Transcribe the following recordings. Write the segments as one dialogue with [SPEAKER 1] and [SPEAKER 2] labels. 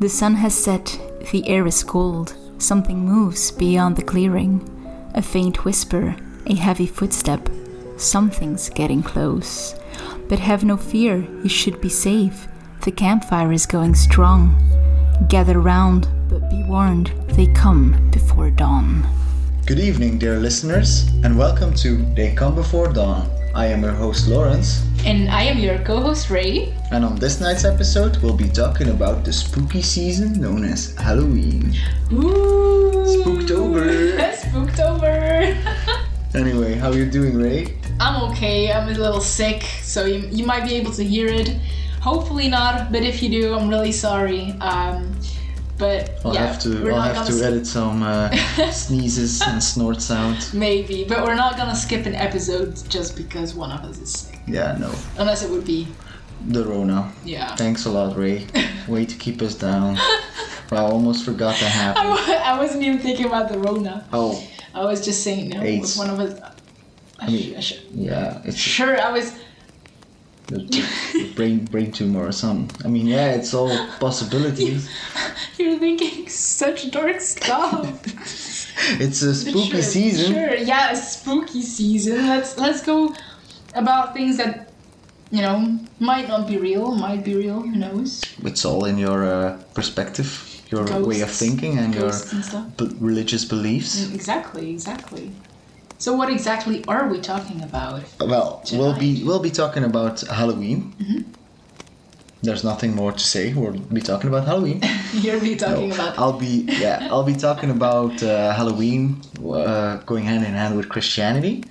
[SPEAKER 1] The sun has set, the air is cold, something moves beyond the clearing. A faint whisper, a heavy footstep. Something's getting close. But have no fear, you should be safe. The campfire is going strong. Gather round, but be warned, they come before dawn.
[SPEAKER 2] Good evening, dear listeners, and welcome to They Come Before Dawn. I am your host, Lawrence,
[SPEAKER 3] And I am your co host, Ray.
[SPEAKER 2] and on this night's episode, we'll be talking about the spooky season known as Halloween.
[SPEAKER 3] Ooh.
[SPEAKER 2] Spooktober.
[SPEAKER 3] Spooktober.
[SPEAKER 2] Anyway, how you doing, Ray?
[SPEAKER 3] I'm okay. I'm a little sick, so you, you might be able to hear it. Hopefully not, but if you do, I'm really sorry. Um, but
[SPEAKER 2] I'll
[SPEAKER 3] yeah,
[SPEAKER 2] have to,
[SPEAKER 3] we're
[SPEAKER 2] I'll
[SPEAKER 3] not
[SPEAKER 2] have
[SPEAKER 3] gonna
[SPEAKER 2] to edit some uh, sneezes and snort sound.
[SPEAKER 3] Maybe, but we're not gonna skip an episode just because one of us is sick.
[SPEAKER 2] Yeah, no,
[SPEAKER 3] Unless it would be,
[SPEAKER 2] the Rona.
[SPEAKER 3] yeah.
[SPEAKER 2] Thanks a lot, Ray. Way to keep us down. I almost forgot that
[SPEAKER 3] I,
[SPEAKER 2] happened.
[SPEAKER 3] wa- I wasn't even thinking about the Rona.
[SPEAKER 2] Oh,
[SPEAKER 3] I was just saying, no, it
[SPEAKER 2] AIDS.
[SPEAKER 3] was one of us. I
[SPEAKER 2] mean-
[SPEAKER 3] sh- I sh-
[SPEAKER 2] yeah, it's
[SPEAKER 3] sure, I was.
[SPEAKER 2] a brain brain tumor or something. I mean, yeah, it's all possibilities.
[SPEAKER 3] You're thinking such dark stuff.
[SPEAKER 2] It's a
[SPEAKER 3] But
[SPEAKER 2] spooky
[SPEAKER 3] sure,
[SPEAKER 2] season.
[SPEAKER 3] Sure, yeah, it's spooky season. Let's let's go about things that you know might not be real, might be real. Who knows?
[SPEAKER 2] It's all in your uh, perspective, your way of
[SPEAKER 3] Ghosts.
[SPEAKER 2] thinking, and
[SPEAKER 3] Ghosts Mm. and stuff.
[SPEAKER 2] your b- religious beliefs.
[SPEAKER 3] Exactly, exactly. So what exactly are we talking about?
[SPEAKER 2] Well, we'll be we'll be talking about Halloween.
[SPEAKER 3] Mm-hmm.
[SPEAKER 2] There's nothing more to say. We'll be talking about Halloween.
[SPEAKER 3] You're me talking about
[SPEAKER 2] I'll be yeah. I'll be talking about uh, Halloween uh, going hand in hand with Christianity.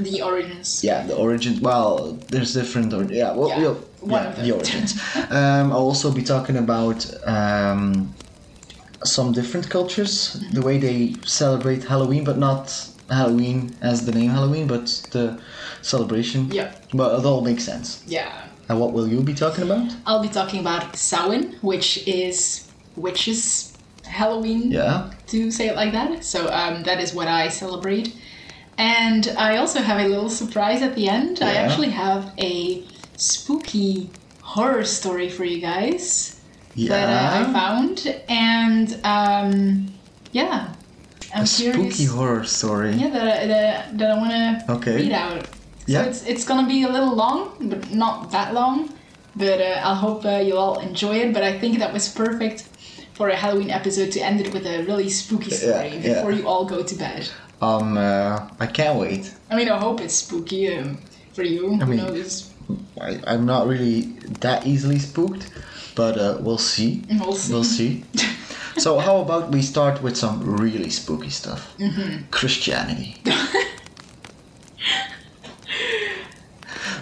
[SPEAKER 3] the origins.
[SPEAKER 2] Yeah, the origins. Well, there's different. Or, yeah, well,
[SPEAKER 3] Yeah,
[SPEAKER 2] we'll-
[SPEAKER 3] one
[SPEAKER 2] yeah,
[SPEAKER 3] of them.
[SPEAKER 2] the origins. um, I'll also be talking about um, some different cultures,
[SPEAKER 3] Mm-hmm.
[SPEAKER 2] the way they celebrate Halloween, but not Halloween as the name Halloween, but the celebration.
[SPEAKER 3] Yeah.
[SPEAKER 2] But it all makes sense.
[SPEAKER 3] Yeah.
[SPEAKER 2] And what will you be talking about?
[SPEAKER 3] I'll be talking about Samhain, which is witches Halloween.
[SPEAKER 2] Yeah.
[SPEAKER 3] to say it like that. So um, that is what I celebrate. And I also have a little surprise at the end. I
[SPEAKER 2] Yeah.
[SPEAKER 3] actually have a spooky horror story for you guys that uh, I
[SPEAKER 2] Yeah.
[SPEAKER 3] found. And um, yeah, I'm
[SPEAKER 2] A
[SPEAKER 3] curious.
[SPEAKER 2] spooky horror story.
[SPEAKER 3] yeah, that, I- that, that I want to
[SPEAKER 2] Okay.
[SPEAKER 3] read out.
[SPEAKER 2] Yeah.
[SPEAKER 3] So it's, it's gonna be a little long, but not that long. But uh, I hope uh, you all enjoy it. But I think that was perfect for a Halloween episode to end it with a really spooky story
[SPEAKER 2] yeah.
[SPEAKER 3] before you all go to bed.
[SPEAKER 2] Um, uh, I can't wait.
[SPEAKER 3] I mean, I hope it's spooky um, for you. I
[SPEAKER 2] mean-
[SPEAKER 3] you know, this
[SPEAKER 2] I, I'm not really that easily spooked, but uh, we'll see.
[SPEAKER 3] We'll see.
[SPEAKER 2] We'll see. so how about we start with some really spooky stuff?
[SPEAKER 3] Mm-hmm.
[SPEAKER 2] Christianity.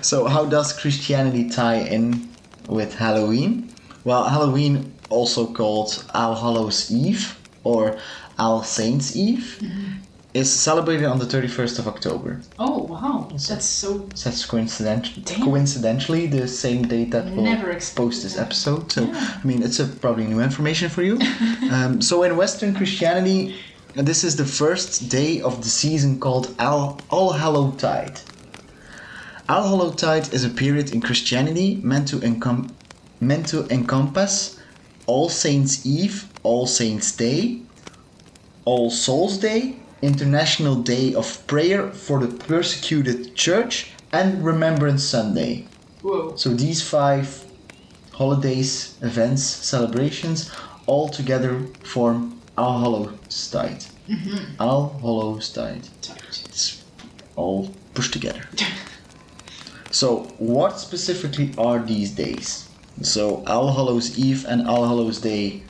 [SPEAKER 2] so how does Christianity tie in with Halloween? Well, Halloween, also called All Hallows Eve or All Saints Eve,
[SPEAKER 3] Mm-hmm.
[SPEAKER 2] is celebrated on the 31st of October.
[SPEAKER 3] oh wow, that's so
[SPEAKER 2] So that's coincident-
[SPEAKER 3] Damn.
[SPEAKER 2] coincidentally the same date that we'll
[SPEAKER 3] Never expected
[SPEAKER 2] post this
[SPEAKER 3] that.
[SPEAKER 2] episode. So, I mean, it's a, probably new information for you. um, so, in Western Christianity, this is the first day of the season called All, All Hallowtide. All Hallowtide is a period in Christianity meant to, encom- meant to encompass All Saints' Eve, All Saints' Day, all Souls Day, International Day of Prayer for the Persecuted Church, and Remembrance Sunday.
[SPEAKER 3] whoa.
[SPEAKER 2] So these five holidays, events, celebrations all together form All Hallows Tide. All Hallows Tide. It's all pushed together. so, what specifically are these days? So, All Hallows Eve and All Hallows Day,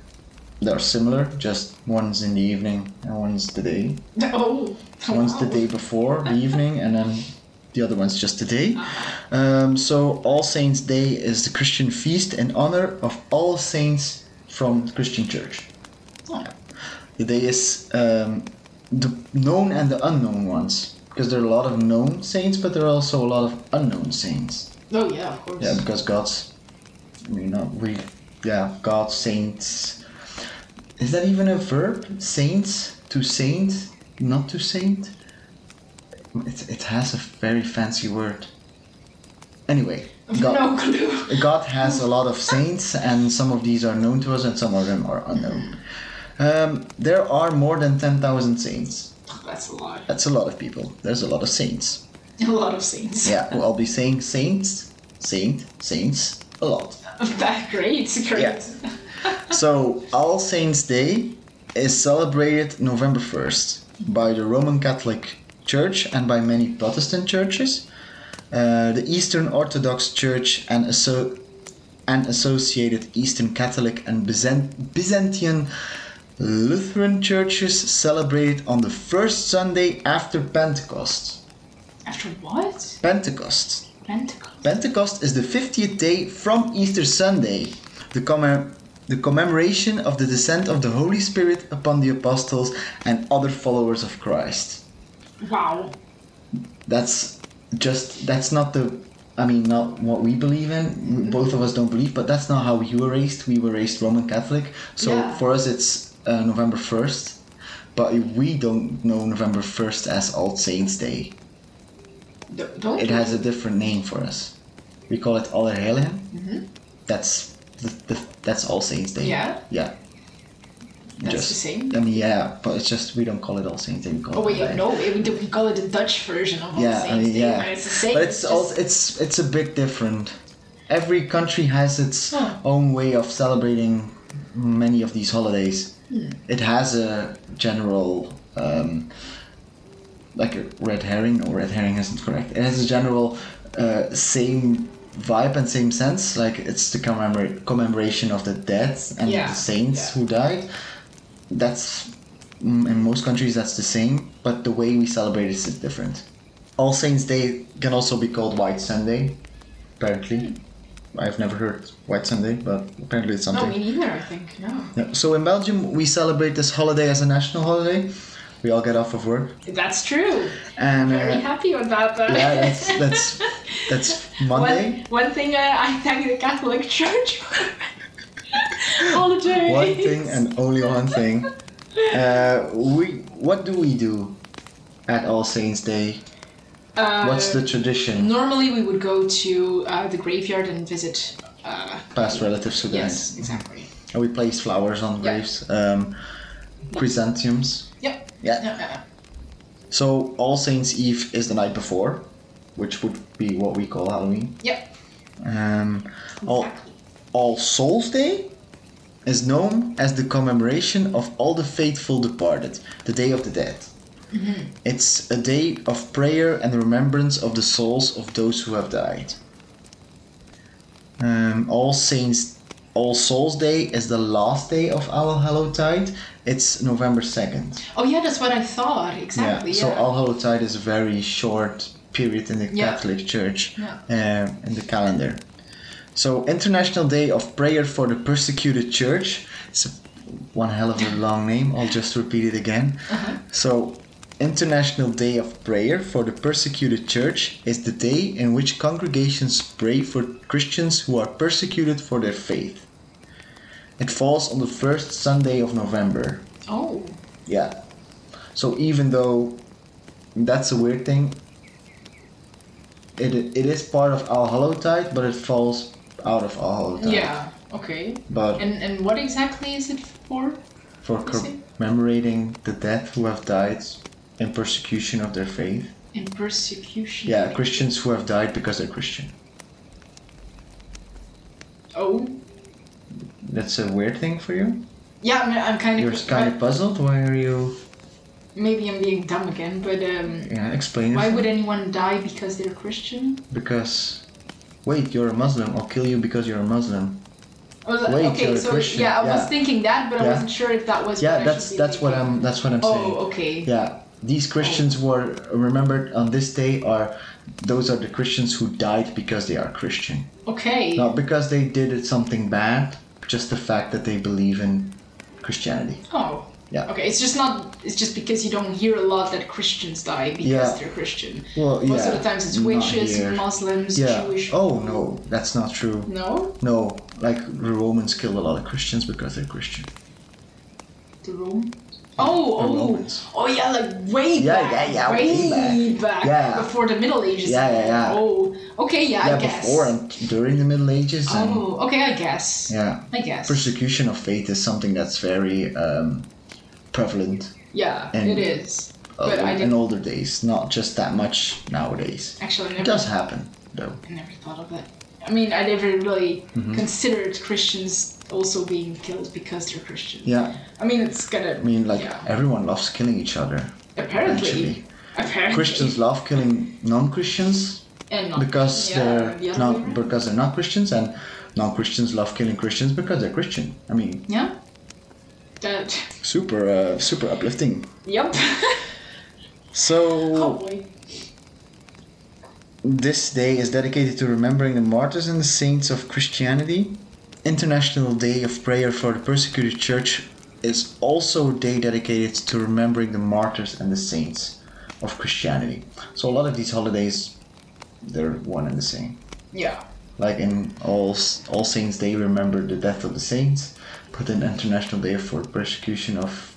[SPEAKER 2] they're similar, just one's in the evening and one's the day.
[SPEAKER 3] Oh,
[SPEAKER 2] One's
[SPEAKER 3] wow.
[SPEAKER 2] the day before, the evening, and then the other one's just the day. Um, so, All Saints' Day is the Christian feast in honor of all saints from the Christian Church.
[SPEAKER 3] Oh,
[SPEAKER 2] The day is um, the known and the unknown ones, because there are a lot of known saints, but there are also a lot of unknown saints.
[SPEAKER 3] Oh, yeah, of course.
[SPEAKER 2] Yeah, because God's, you know, we, yeah, God, saints. Is that even a verb? Saints to saint, not to saint. It, it has a very fancy word. Anyway, God,
[SPEAKER 3] No clue.
[SPEAKER 2] God has a lot of saints, and some of these are known to us, and some of them are unknown. Um, there are more than 10,000 saints.
[SPEAKER 3] That's a lot.
[SPEAKER 2] That's a lot of people. There's a lot of saints.
[SPEAKER 3] A lot of scenes.
[SPEAKER 2] Yeah, well, I'll be saying saints, saint, saints a lot.
[SPEAKER 3] That great, great.
[SPEAKER 2] Yeah. So, All Saints' Day is celebrated November 1st by the Roman Catholic Church and by many Protestant churches, uh, the Eastern Orthodox Church, and, asso- and associated Eastern Catholic and Byzant- Byzantine Lutheran churches celebrate on the first Sunday after Pentecost.
[SPEAKER 3] After what?
[SPEAKER 2] Pentecost.
[SPEAKER 3] Pentagon.
[SPEAKER 2] Pentecost is the 50th day from Easter Sunday, the, commem- the commemoration of the descent of the Holy Spirit upon the apostles and other followers of Christ.
[SPEAKER 3] Wow.
[SPEAKER 2] That's just, that's not the, I mean, not what we believe in. Both of us don't believe, but that's not how you were raised. We were raised Roman Catholic. So
[SPEAKER 3] Yeah.
[SPEAKER 2] for us, it's uh, November 1st. But we don't know November 1st as All Saints Day.
[SPEAKER 3] D- don't
[SPEAKER 2] It has a different name for us. We call it Allerheiligen. That's the, the, that's All Saints Day.
[SPEAKER 3] Mm-hmm. Yeah?
[SPEAKER 2] Yeah.
[SPEAKER 3] That's the same?
[SPEAKER 2] I mean, yeah, but it's just we don't call it All Saints Day. We call
[SPEAKER 3] Oh
[SPEAKER 2] it
[SPEAKER 3] wait,
[SPEAKER 2] Allerheiligen.
[SPEAKER 3] no, it, we call it the Dutch version of All
[SPEAKER 2] Yeah,
[SPEAKER 3] Saints
[SPEAKER 2] I mean,
[SPEAKER 3] Day,
[SPEAKER 2] yeah.
[SPEAKER 3] but it's the same.
[SPEAKER 2] But it's
[SPEAKER 3] just-
[SPEAKER 2] all it's it's a bit different. Every country has its
[SPEAKER 3] Huh.
[SPEAKER 2] own way of celebrating many of these holidays.
[SPEAKER 3] Hmm.
[SPEAKER 2] It has a general, um, like a red herring. No, red herring isn't correct. It has a general uh, same vibe and same sense. Like it's the commemora- commemoration of the dead and
[SPEAKER 3] Yeah,
[SPEAKER 2] the saints
[SPEAKER 3] yeah.
[SPEAKER 2] who died. That's mm, in most countries that's the same, but the way we celebrate it is different. All Saints Day can also be called White Sunday, apparently. I've never heard White Sunday, but apparently it's
[SPEAKER 3] no,
[SPEAKER 2] something.
[SPEAKER 3] Oh, me neither. I think no.
[SPEAKER 2] Yeah, So in Belgium, we celebrate this holiday as a national holiday. We all get off of work,
[SPEAKER 3] That's true.
[SPEAKER 2] and uh,
[SPEAKER 3] Very happy about that.
[SPEAKER 2] yeah, that's that's that's Monday.
[SPEAKER 3] One, one thing uh, I thank the Catholic Church for. Holidays.
[SPEAKER 2] One thing and only one thing. Uh, we what do we do at All Saints Day?
[SPEAKER 3] Uh,
[SPEAKER 2] What's the tradition?
[SPEAKER 3] Normally, we would go to uh, the graveyard and visit. Uh,
[SPEAKER 2] Past relatives who died.
[SPEAKER 3] yes, exactly.
[SPEAKER 2] And we place flowers on
[SPEAKER 3] Yeah.
[SPEAKER 2] graves, um, chrysanthemums.
[SPEAKER 3] Yep.
[SPEAKER 2] Yeah.
[SPEAKER 3] Yeah, yeah,
[SPEAKER 2] So All Saints Eve is the night before, which would be what we call Halloween.
[SPEAKER 3] yeah.
[SPEAKER 2] Um,
[SPEAKER 3] Yep.
[SPEAKER 2] all,
[SPEAKER 3] Exactly.
[SPEAKER 2] all Souls Day is known as the commemoration of all the faithful departed, the Day of the Dead. It's a day of prayer and remembrance of the souls of those who have died. Um, all Saints, All Souls Day is the last day of All Hallowtide. It's November second.
[SPEAKER 3] Oh yeah, that's what I thought. Exactly.
[SPEAKER 2] Yeah.
[SPEAKER 3] Yeah.
[SPEAKER 2] So All Hallows Tide is a very short period in the
[SPEAKER 3] Yeah.
[SPEAKER 2] Catholic Church
[SPEAKER 3] Yeah.
[SPEAKER 2] um, in the calendar. So International Day of Prayer for the Persecuted Church. It's a, one hell of a long name. I'll just repeat it again.
[SPEAKER 3] Uh-huh.
[SPEAKER 2] So International Day of Prayer for the Persecuted Church is the day in which congregations pray for Christians who are persecuted for their faith. It falls on the first Sunday of November.
[SPEAKER 3] oh.
[SPEAKER 2] Yeah. So even though that's a weird thing, it it is part of Al Hallowtide, but it falls out of Al Hallowtide.
[SPEAKER 3] Yeah. Okay.
[SPEAKER 2] But
[SPEAKER 3] And and what exactly is it for?
[SPEAKER 2] for
[SPEAKER 3] see.
[SPEAKER 2] commemorating the dead who have died in persecution of their faith.
[SPEAKER 3] In persecution.
[SPEAKER 2] Yeah, Christians who have died because they're Christian.
[SPEAKER 3] Oh.
[SPEAKER 2] That's a weird thing for you.
[SPEAKER 3] Yeah, I mean, I'm kind
[SPEAKER 2] You're
[SPEAKER 3] of.
[SPEAKER 2] kind of puzzled. Why are you?
[SPEAKER 3] Maybe I'm being dumb again, but um,
[SPEAKER 2] Yeah, explain it.
[SPEAKER 3] why
[SPEAKER 2] for
[SPEAKER 3] would
[SPEAKER 2] me.
[SPEAKER 3] anyone die because they're Christian?
[SPEAKER 2] Because, wait, you're a Muslim. I'll kill you because you're a Muslim.
[SPEAKER 3] I was like,
[SPEAKER 2] Wait,
[SPEAKER 3] okay,
[SPEAKER 2] you're a
[SPEAKER 3] so
[SPEAKER 2] Christian,
[SPEAKER 3] yeah, I was
[SPEAKER 2] yeah.
[SPEAKER 3] thinking that, but I
[SPEAKER 2] Yeah.
[SPEAKER 3] wasn't sure if that was. what
[SPEAKER 2] Yeah,
[SPEAKER 3] I
[SPEAKER 2] that's
[SPEAKER 3] should be
[SPEAKER 2] that's what
[SPEAKER 3] thinking.
[SPEAKER 2] I'm that's what I'm saying.
[SPEAKER 3] Oh, okay.
[SPEAKER 2] Yeah, these Christians who are remembered on this day are those are the Christians who died because they are Christian,
[SPEAKER 3] Okay.
[SPEAKER 2] not because they did it something bad. Just the fact that they believe in Christianity.
[SPEAKER 3] Oh.
[SPEAKER 2] Yeah.
[SPEAKER 3] Okay, it's just not. It's just because you don't hear a lot that Christians die because
[SPEAKER 2] Yeah.
[SPEAKER 3] they're Christian.
[SPEAKER 2] Well, yeah.
[SPEAKER 3] Most of the times it's
[SPEAKER 2] not
[SPEAKER 3] witches,
[SPEAKER 2] here.
[SPEAKER 3] Muslims,
[SPEAKER 2] Yeah.
[SPEAKER 3] Jewish.
[SPEAKER 2] Oh no, that's not true.
[SPEAKER 3] No.
[SPEAKER 2] No, like the Romans killed a lot of Christians because they're Christian.
[SPEAKER 3] to Rome. Oh,
[SPEAKER 2] the
[SPEAKER 3] oh,
[SPEAKER 2] Romans.
[SPEAKER 3] oh, yeah, like way
[SPEAKER 2] Yeah,
[SPEAKER 3] back,
[SPEAKER 2] yeah, yeah, way
[SPEAKER 3] way,
[SPEAKER 2] back.
[SPEAKER 3] back,
[SPEAKER 2] Yeah.
[SPEAKER 3] before the Middle Ages.
[SPEAKER 2] Yeah, yeah, yeah.
[SPEAKER 3] Oh, okay, yeah,
[SPEAKER 2] yeah,
[SPEAKER 3] I guess.
[SPEAKER 2] before and during the Middle Ages. And,
[SPEAKER 3] oh, okay, I guess.
[SPEAKER 2] Yeah.
[SPEAKER 3] I guess.
[SPEAKER 2] Persecution of faith is something that's very um, prevalent
[SPEAKER 3] yeah,
[SPEAKER 2] and-
[SPEAKER 3] it is.
[SPEAKER 2] uh,
[SPEAKER 3] But I
[SPEAKER 2] in
[SPEAKER 3] didn't
[SPEAKER 2] older days, not just that much nowadays.
[SPEAKER 3] actually I
[SPEAKER 2] It
[SPEAKER 3] never,
[SPEAKER 2] does happen, though.
[SPEAKER 3] I never thought of that. I mean, I never really
[SPEAKER 2] Mm-hmm.
[SPEAKER 3] considered Christians also being killed because they're Christian.
[SPEAKER 2] Yeah,
[SPEAKER 3] I mean, it's gonna.
[SPEAKER 2] I mean, like,
[SPEAKER 3] yeah.
[SPEAKER 2] everyone loves killing each other.
[SPEAKER 3] apparently,
[SPEAKER 2] actually.
[SPEAKER 3] apparently,
[SPEAKER 2] Christians love killing non Christians
[SPEAKER 3] and not,
[SPEAKER 2] because
[SPEAKER 3] yeah,
[SPEAKER 2] they're
[SPEAKER 3] the other way
[SPEAKER 2] not
[SPEAKER 3] around.
[SPEAKER 2] because they're not Christians and non Christians love killing Christians because they're Christian. I mean,
[SPEAKER 3] Yeah. That.
[SPEAKER 2] super uh, super uplifting.
[SPEAKER 3] Yep.
[SPEAKER 2] So
[SPEAKER 3] oh boy.
[SPEAKER 2] This day is dedicated to remembering the martyrs and the saints of Christianity. International Day of Prayer for the Persecuted Church is also a day dedicated to remembering the martyrs and the saints of Christianity. So a lot of these holidays, they're one and the same.
[SPEAKER 3] Yeah.
[SPEAKER 2] Like in All All Saints Day, remember the death of the saints, but in International Day for persecution of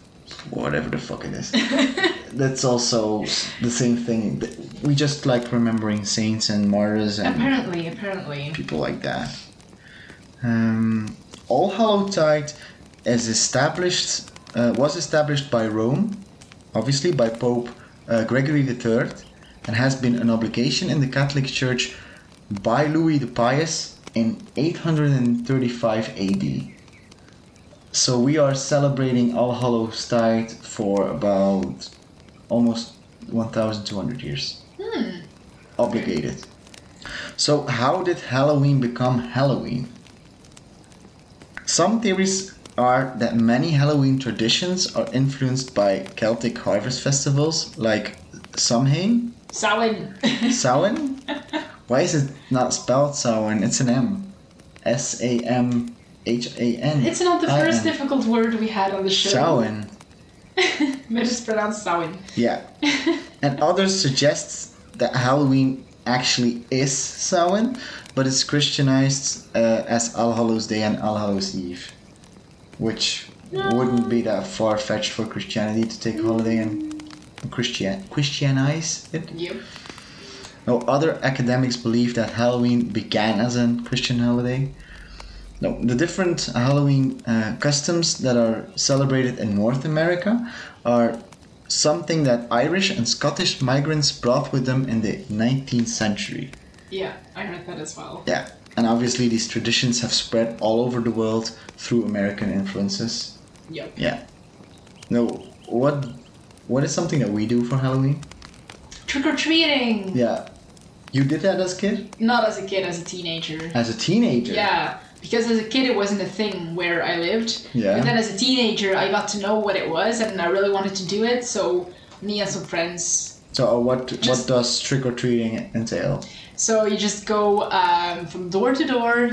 [SPEAKER 2] whatever the fuck it is. That's also the same thing. We just like remembering saints and martyrs and
[SPEAKER 3] Apparently, apparently.
[SPEAKER 2] people like that. Um, All Hallowtide is established uh, was established by Rome, obviously by Pope uh, Gregory III, and has been an obligation in the Catholic Church by Louis the Pious in 835 AD. So we are celebrating All Hallowtide for about almost 1,200 years. Obligated. So, how did Halloween become Halloween? Some theories are that many Halloween traditions are influenced by Celtic harvest festivals like Samhain,
[SPEAKER 3] Samhain.
[SPEAKER 2] Samhain. Why is it not spelled Samhain? It's an M. S A M H A N.
[SPEAKER 3] it's not the
[SPEAKER 2] I
[SPEAKER 3] first
[SPEAKER 2] N.
[SPEAKER 3] difficult word we had on the show.
[SPEAKER 2] Samhain.
[SPEAKER 3] But it's pronounced Samhain.
[SPEAKER 2] Yeah. and others suggest that Halloween actually is Samhain, but it's Christianized uh, as All Hallows Day and All Hallows Eve, which wouldn't be that far fetched for Christianity to take a holiday and Christian Christianize it.
[SPEAKER 3] Yep.
[SPEAKER 2] No, other academics believe that Halloween began as a Christian holiday. No, the different Halloween uh, customs that are celebrated in North America are something that Irish and Scottish migrants brought with them in the 19th century.
[SPEAKER 3] Yeah, I heard that as well.
[SPEAKER 2] Yeah, and obviously these traditions have spread all over the world through American influences.
[SPEAKER 3] Yep.
[SPEAKER 2] Yeah. No, what what is something that we do for Halloween?
[SPEAKER 3] Trick or treating.
[SPEAKER 2] Yeah. You did that as a kid?
[SPEAKER 3] Not as a kid, as a teenager.
[SPEAKER 2] As a teenager?
[SPEAKER 3] Yeah. Because as a kid, it wasn't a thing where I lived.
[SPEAKER 2] Yeah.
[SPEAKER 3] But then as a teenager, I got to know what it was, and I really wanted to do it. So me and some friends
[SPEAKER 2] So uh, what what
[SPEAKER 3] Just-
[SPEAKER 2] does trick or treating entail?
[SPEAKER 3] So you just go um, from door to door.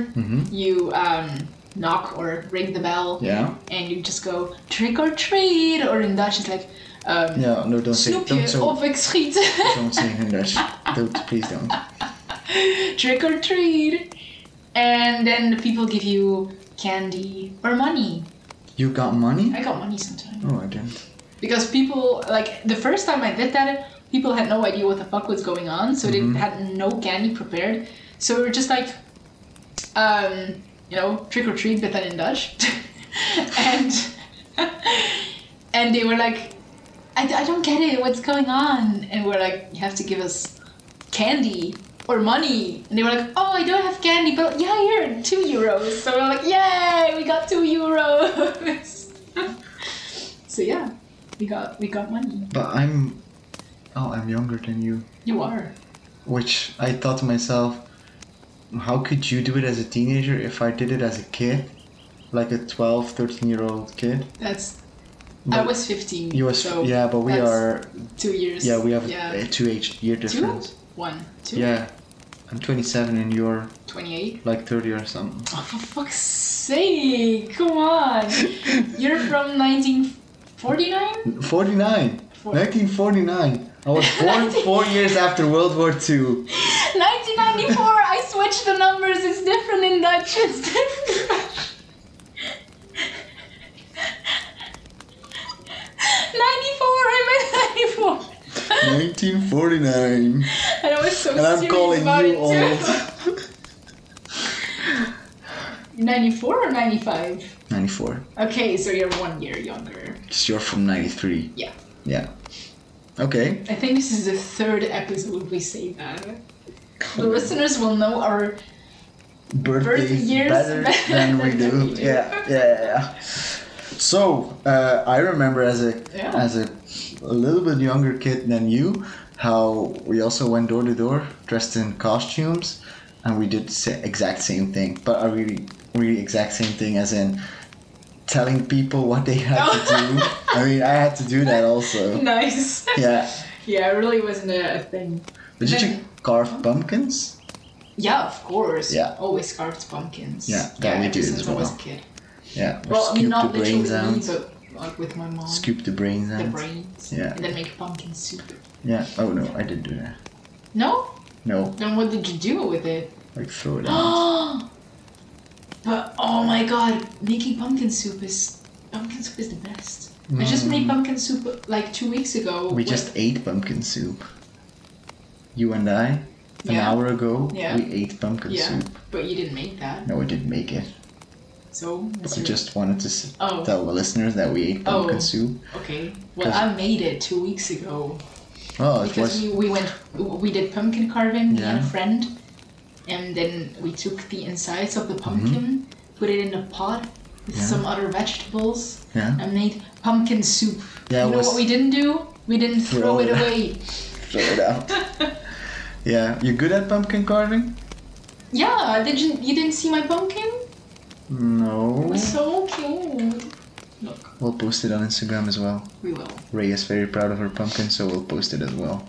[SPEAKER 3] You um, knock or ring the bell,
[SPEAKER 2] Mm-hmm. Yeah.
[SPEAKER 3] and you just go trick or treat. Or in Dutch, it's like um,
[SPEAKER 2] Yeah. No, don't say don't
[SPEAKER 3] snoepje
[SPEAKER 2] say
[SPEAKER 3] of ik schiet.
[SPEAKER 2] don't say it in Dutch. Don't please don't.
[SPEAKER 3] trick or treat, and then the people give you candy or money.
[SPEAKER 2] You got money?
[SPEAKER 3] I got money sometimes
[SPEAKER 2] Oh, I didn't.
[SPEAKER 3] because people like the first time I did that, people had no idea what the fuck was going on, so they had no candy prepared. So we were just like, um, you know, trick or treat, but then in Dutch, and and they were like, I, I don't get it, what's going on? And we're like, you have to give us candy or money. And they were like, oh, I don't have candy, but yeah, here, two euros. So we're like, yay, we got two euros. so yeah, we got we got money.
[SPEAKER 2] But I'm, oh, I'm younger than you,
[SPEAKER 3] You are.
[SPEAKER 2] which I thought to myself, how could you do it as a teenager if I did it as a kid, like a 12, 13 year old kid?
[SPEAKER 3] That's. I
[SPEAKER 2] But
[SPEAKER 3] was 15.
[SPEAKER 2] You was
[SPEAKER 3] so
[SPEAKER 2] yeah, but we
[SPEAKER 3] that's
[SPEAKER 2] are
[SPEAKER 3] Two years.
[SPEAKER 2] yeah we have
[SPEAKER 3] yeah.
[SPEAKER 2] a two age year
[SPEAKER 3] two?
[SPEAKER 2] difference.
[SPEAKER 3] One. Two?
[SPEAKER 2] Yeah, I'm 27 and you're
[SPEAKER 3] 28.
[SPEAKER 2] like 30 or something.
[SPEAKER 3] Oh, for fuck's sake, come on. You're from 1949?
[SPEAKER 2] 49. 1949. I was born four years after World War II.
[SPEAKER 3] 1994, I switched the numbers. It's different in Dutch. It's different.
[SPEAKER 2] 1949.
[SPEAKER 3] And I was so
[SPEAKER 2] And I'm
[SPEAKER 3] serious
[SPEAKER 2] calling
[SPEAKER 3] about
[SPEAKER 2] you
[SPEAKER 3] it
[SPEAKER 2] old.
[SPEAKER 3] too. 94 or 95?
[SPEAKER 2] 94.
[SPEAKER 3] Okay, so you're one year younger.
[SPEAKER 2] Because you're from 93.
[SPEAKER 3] Yeah.
[SPEAKER 2] Yeah. Okay.
[SPEAKER 3] I think this is the third episode we say that. The listeners will know our
[SPEAKER 2] birthdays
[SPEAKER 3] years
[SPEAKER 2] better
[SPEAKER 3] better
[SPEAKER 2] than we
[SPEAKER 3] than
[SPEAKER 2] do.
[SPEAKER 3] we do.
[SPEAKER 2] Yeah, yeah, yeah, yeah. So uh, I remember as a
[SPEAKER 3] Yeah.
[SPEAKER 2] as a, a little bit younger kid than you, how we also went door to door dressed in costumes, and we did the sa- exact same thing. But a really, really exact same thing as in telling people what they had to do. I mean, I had to do that also.
[SPEAKER 3] nice.
[SPEAKER 2] Yeah.
[SPEAKER 3] Yeah, it really wasn't a, a thing.
[SPEAKER 2] But did you carve pumpkins?
[SPEAKER 3] Yeah, of course.
[SPEAKER 2] Yeah.
[SPEAKER 3] Always carved pumpkins.
[SPEAKER 2] Yeah, that we
[SPEAKER 3] ever
[SPEAKER 2] did
[SPEAKER 3] since
[SPEAKER 2] as
[SPEAKER 3] I was a
[SPEAKER 2] well.
[SPEAKER 3] kid.
[SPEAKER 2] Yeah. Or
[SPEAKER 3] Well, I mean,
[SPEAKER 2] scoop
[SPEAKER 3] not
[SPEAKER 2] the
[SPEAKER 3] literally
[SPEAKER 2] brains
[SPEAKER 3] me,
[SPEAKER 2] out.
[SPEAKER 3] but like with my mom.
[SPEAKER 2] Scoop the brains
[SPEAKER 3] the
[SPEAKER 2] out.
[SPEAKER 3] brains.
[SPEAKER 2] Yeah.
[SPEAKER 3] And then make pumpkin soup.
[SPEAKER 2] Yeah. Oh no, I didn't do that.
[SPEAKER 3] No?
[SPEAKER 2] No,
[SPEAKER 3] Then what did you do with it?
[SPEAKER 2] like throw it out.
[SPEAKER 3] Oh! But oh my god, making pumpkin soup is pumpkin soup is the best. I just made pumpkin soup like two weeks ago.
[SPEAKER 2] Mm. we
[SPEAKER 3] with-
[SPEAKER 2] just ate pumpkin soup. You and I, an
[SPEAKER 3] Yeah.
[SPEAKER 2] hour ago,
[SPEAKER 3] Yeah.
[SPEAKER 2] we ate pumpkin
[SPEAKER 3] yeah,
[SPEAKER 2] soup.
[SPEAKER 3] but you didn't make that,
[SPEAKER 2] No, we didn't make it.
[SPEAKER 3] so
[SPEAKER 2] But
[SPEAKER 3] that's
[SPEAKER 2] we
[SPEAKER 3] your-
[SPEAKER 2] just wanted to s-
[SPEAKER 3] Oh.
[SPEAKER 2] tell the listeners that we ate pumpkin
[SPEAKER 3] Oh.
[SPEAKER 2] soup.
[SPEAKER 3] okay. Well,
[SPEAKER 2] 'Cause-
[SPEAKER 3] I made it two weeks ago
[SPEAKER 2] Oh, it
[SPEAKER 3] because
[SPEAKER 2] was.
[SPEAKER 3] we, we went we did pumpkin carving me and a
[SPEAKER 2] Yeah.
[SPEAKER 3] friend, and then we took the insides of the pumpkin, put it in a pot with
[SPEAKER 2] Mm-hmm. Yeah.
[SPEAKER 3] some other vegetables,
[SPEAKER 2] Yeah.
[SPEAKER 3] and made pumpkin soup.
[SPEAKER 2] Yeah, it
[SPEAKER 3] you know
[SPEAKER 2] was-
[SPEAKER 3] what we didn't do? We didn't throw
[SPEAKER 2] Throw
[SPEAKER 3] it
[SPEAKER 2] it.
[SPEAKER 3] away.
[SPEAKER 2] Throw it out. yeah, you good at pumpkin carving?
[SPEAKER 3] Yeah, did you you didn't see my pumpkin? It
[SPEAKER 2] No.
[SPEAKER 3] was so cute. Look,
[SPEAKER 2] We'll post it on Instagram as well.
[SPEAKER 3] we will.
[SPEAKER 2] Ray is very proud of her pumpkin, so we'll post it as well.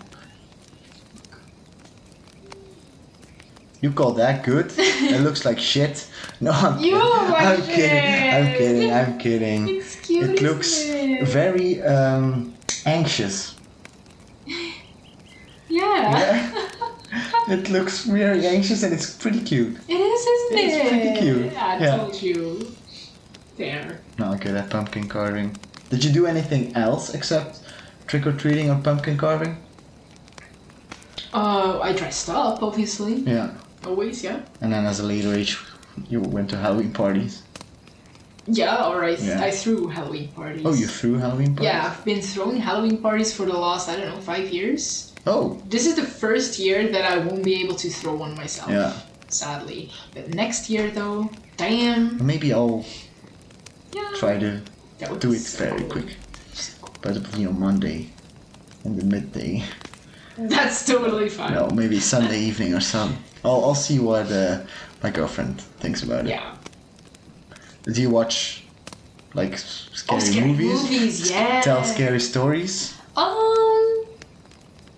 [SPEAKER 2] You call that good? it looks like shit. No, I'm,
[SPEAKER 3] You
[SPEAKER 2] kidding.
[SPEAKER 3] like
[SPEAKER 2] I'm kidding. I'm
[SPEAKER 3] it.
[SPEAKER 2] kidding. I'm kidding.
[SPEAKER 3] It's cute,
[SPEAKER 2] It
[SPEAKER 3] isn't
[SPEAKER 2] looks
[SPEAKER 3] it?
[SPEAKER 2] very um, anxious.
[SPEAKER 3] Yeah.
[SPEAKER 2] It looks very anxious, and it's pretty cute.
[SPEAKER 3] it is, isn't
[SPEAKER 2] It's
[SPEAKER 3] it?
[SPEAKER 2] pretty cute.
[SPEAKER 3] I
[SPEAKER 2] Yeah.
[SPEAKER 3] told you. There.
[SPEAKER 2] Not good at pumpkin carving. Did you do anything else except trick or treating or pumpkin carving?
[SPEAKER 3] Uh, I dressed up, obviously.
[SPEAKER 2] Yeah.
[SPEAKER 3] Always, yeah.
[SPEAKER 2] And then, as a later age, you went to Halloween parties.
[SPEAKER 3] Yeah, or I,
[SPEAKER 2] Yeah.
[SPEAKER 3] I threw Halloween parties.
[SPEAKER 2] Oh, you threw Halloween parties.
[SPEAKER 3] Yeah, I've been throwing Halloween parties for the last, I don't know, five years.
[SPEAKER 2] Oh.
[SPEAKER 3] This is the first year that I won't be able to throw one myself.
[SPEAKER 2] Yeah.
[SPEAKER 3] Sadly. But next year, though, damn.
[SPEAKER 2] Maybe I'll
[SPEAKER 3] Yeah.
[SPEAKER 2] try to
[SPEAKER 3] That would
[SPEAKER 2] do
[SPEAKER 3] be
[SPEAKER 2] it
[SPEAKER 3] so
[SPEAKER 2] very
[SPEAKER 3] cool.
[SPEAKER 2] quick. But it'll be on Monday, in the midday.
[SPEAKER 3] That's totally fine.
[SPEAKER 2] No, maybe Sunday evening or some. I'll, I'll see what uh, my girlfriend thinks about it.
[SPEAKER 3] Yeah.
[SPEAKER 2] Do you watch like s- scary,
[SPEAKER 3] Oh, scary
[SPEAKER 2] movies?
[SPEAKER 3] movies,
[SPEAKER 2] S-
[SPEAKER 3] yeah.
[SPEAKER 2] Tell scary stories.
[SPEAKER 3] Um.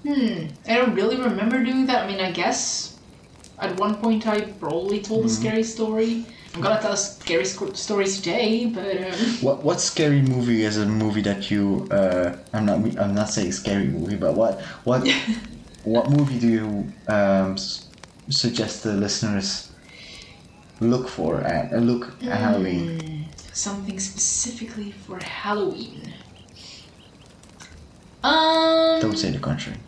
[SPEAKER 3] Hmm. I don't really remember doing that. I mean, I guess at one point I probably told
[SPEAKER 2] Mm-hmm.
[SPEAKER 3] a scary story. I'm gonna tell scary sc- stories today, but um,
[SPEAKER 2] What what scary movie is a movie that you? Uh, I'm not I'm not saying scary movie, but what what what movie do you um, s- suggest the listeners look for at uh, look
[SPEAKER 3] Hmm.
[SPEAKER 2] at Halloween?
[SPEAKER 3] um, something specifically for Halloween. Um.
[SPEAKER 2] Don't say The Conjuring.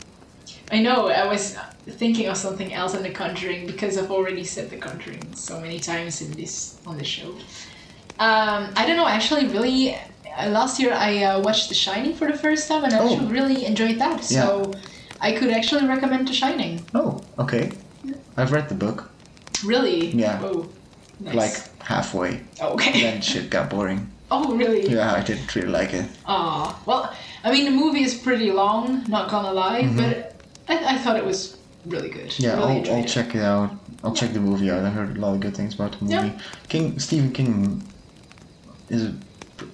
[SPEAKER 3] I know. I was thinking of something else in The Conjuring because I've already said The Conjuring so many times in this on the show. Um, I don't know. Actually, really, uh, last year I uh, watched The Shining for the first time, and I
[SPEAKER 2] Oh.
[SPEAKER 3] actually really enjoyed that. So I could actually recommend The Shining.
[SPEAKER 2] Oh, okay. I've read the book
[SPEAKER 3] Really?
[SPEAKER 2] Yeah.
[SPEAKER 3] Oh, nice.
[SPEAKER 2] like halfway,
[SPEAKER 3] Oh, okay.
[SPEAKER 2] then shit got boring.
[SPEAKER 3] Oh, really?
[SPEAKER 2] Yeah, I didn't really like it.
[SPEAKER 3] Ah, well, I mean, the movie is pretty long. Not gonna lie, but I, I thought it was really good.
[SPEAKER 2] Mm-hmm. Yeah,
[SPEAKER 3] really
[SPEAKER 2] I'll,
[SPEAKER 3] enjoyed
[SPEAKER 2] I'll
[SPEAKER 3] it.
[SPEAKER 2] check it out. I'll check the movie out. I heard a lot of good things about the movie.
[SPEAKER 3] Yeah.
[SPEAKER 2] King Stephen King is, a,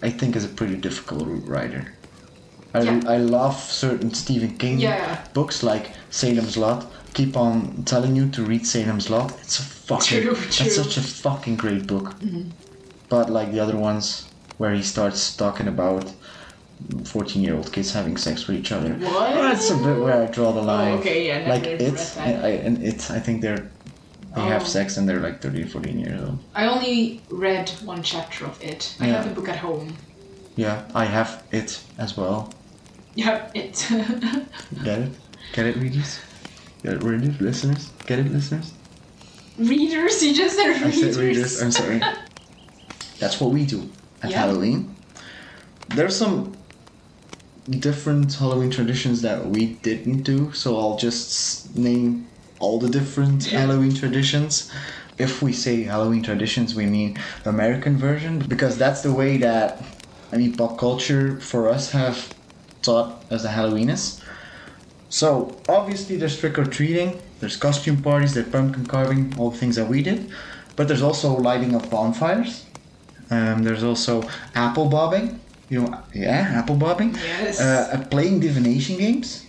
[SPEAKER 2] I think, is a pretty difficult writer. I,
[SPEAKER 3] Yeah.
[SPEAKER 2] I love certain Stephen King
[SPEAKER 3] Yeah.
[SPEAKER 2] books like Salem's Lot. Keep on telling you to read Salem's Lot. It's a fucking
[SPEAKER 3] True, true. Mm-hmm.
[SPEAKER 2] that's such a fucking great book. But like the other ones where he starts talking about 14 year old kids having sex with each other.
[SPEAKER 3] What?
[SPEAKER 2] That's a bit where I draw the line.
[SPEAKER 3] Oh, okay, yeah, I never
[SPEAKER 2] Like
[SPEAKER 3] read
[SPEAKER 2] it,
[SPEAKER 3] that.
[SPEAKER 2] I, I- and it, I think they're, they
[SPEAKER 3] Oh.
[SPEAKER 2] have sex and they're like 13, 14 years old.
[SPEAKER 3] I only read one chapter of it. I
[SPEAKER 2] Yeah.
[SPEAKER 3] have the book at home.
[SPEAKER 2] Yeah, I have it as well.
[SPEAKER 3] Yeah, it.
[SPEAKER 2] Get it? Get it, readers? Get it, readers? Listeners? Get it, listeners?
[SPEAKER 3] readers, you just said
[SPEAKER 2] I said
[SPEAKER 3] readers.
[SPEAKER 2] readers, I'm sorry. That's what we do at
[SPEAKER 3] Yeah.
[SPEAKER 2] Halloween. There's some different Halloween traditions that we didn't do, so I'll just s- name all the different
[SPEAKER 3] Yeah.
[SPEAKER 2] Halloween traditions. If we say Halloween traditions, we mean the American version because that's the way that I mean pop culture for us have taught as the Halloween is. So obviously there's trick or treating, there's costume parties, there's pumpkin carving, all the things that we did, but there's also lighting of bonfires. Um, there's also apple bobbing. You know, yeah, apple bobbing.
[SPEAKER 3] Yes.
[SPEAKER 2] Uh, uh, playing divination games.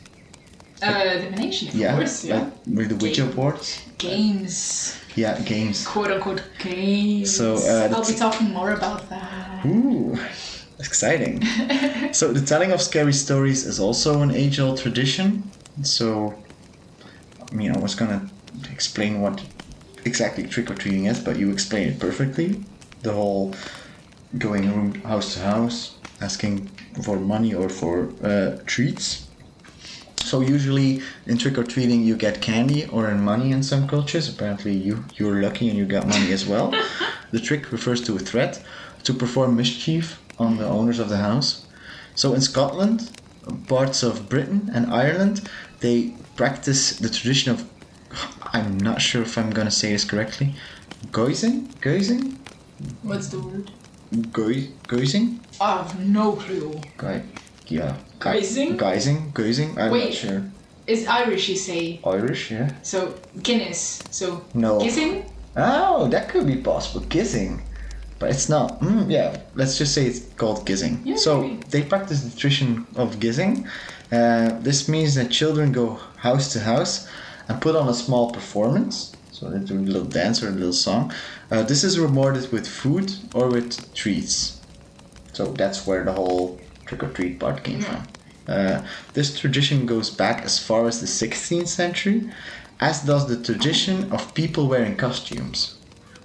[SPEAKER 3] uh, divination, of
[SPEAKER 2] Yeah,
[SPEAKER 3] course. Yeah.
[SPEAKER 2] like with the Witcher
[SPEAKER 3] Game.
[SPEAKER 2] boards.
[SPEAKER 3] games,
[SPEAKER 2] Yeah, games.
[SPEAKER 3] quote unquote games.
[SPEAKER 2] So, uh,
[SPEAKER 3] I'll
[SPEAKER 2] that's-
[SPEAKER 3] be talking more about that.
[SPEAKER 2] Ooh, exciting. so the telling of scary stories is also an age-old tradition. So, I mean, I was gonna explain what exactly trick or treating is, but you explained it perfectly. The whole going room house to house, asking for money or for uh, treats. So usually in trick or treating you get candy or in money in some cultures. Apparently you you're lucky and you got money as well. the trick refers to a threat to perform mischief on the owners of the house. So in Scotland, parts of Britain and Ireland, they practice the tradition of I'm not sure if I'm gonna say this correctly. Goising? Goising?
[SPEAKER 3] What's the word?
[SPEAKER 2] Goi- Goising?
[SPEAKER 3] I have no clue.
[SPEAKER 2] Goi- yeah.
[SPEAKER 3] Guising?
[SPEAKER 2] Goising? Goising? I'm not
[SPEAKER 3] Wait.
[SPEAKER 2] sure.
[SPEAKER 3] It's Irish, you say.
[SPEAKER 2] Irish, yeah.
[SPEAKER 3] So Guinness. So
[SPEAKER 2] No.
[SPEAKER 3] kissing.
[SPEAKER 2] Oh, that could be possible. Kissing. But it's not. Mm, yeah, let's just say it's called kissing.
[SPEAKER 3] Yeah,
[SPEAKER 2] so
[SPEAKER 3] maybe.
[SPEAKER 2] they practice the tradition of kissing. Uh, this means that children go house to house and put on a small performance. So they do a little dance or a little song. Uh, this is rewarded with food or with treats. So that's where the whole trick or treat part came from. Uh, this tradition goes back as far as the 16th century, as does the tradition of people wearing costumes.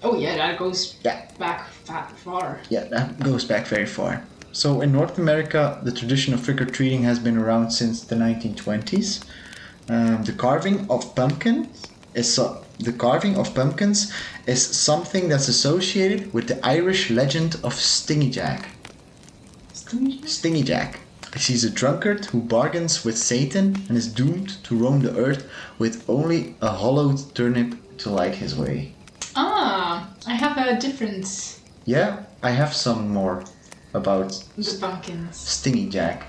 [SPEAKER 3] Oh yeah, that goes
[SPEAKER 2] Yeah.
[SPEAKER 3] back fat far.
[SPEAKER 2] Yeah, that goes back very far. So in North America, the tradition of trick or treating has been around since the 1920s. Um, the carving of pumpkins is so, the carving of pumpkins is something that's associated with the Irish legend of Stingy Jack. Stingy Jack. She's a drunkard who bargains with Satan and is doomed to roam the earth with only a hollowed turnip to light his way.
[SPEAKER 3] Ah, I have a different
[SPEAKER 2] Yeah, I have some more about
[SPEAKER 3] the pumpkins.
[SPEAKER 2] Stingy Jack.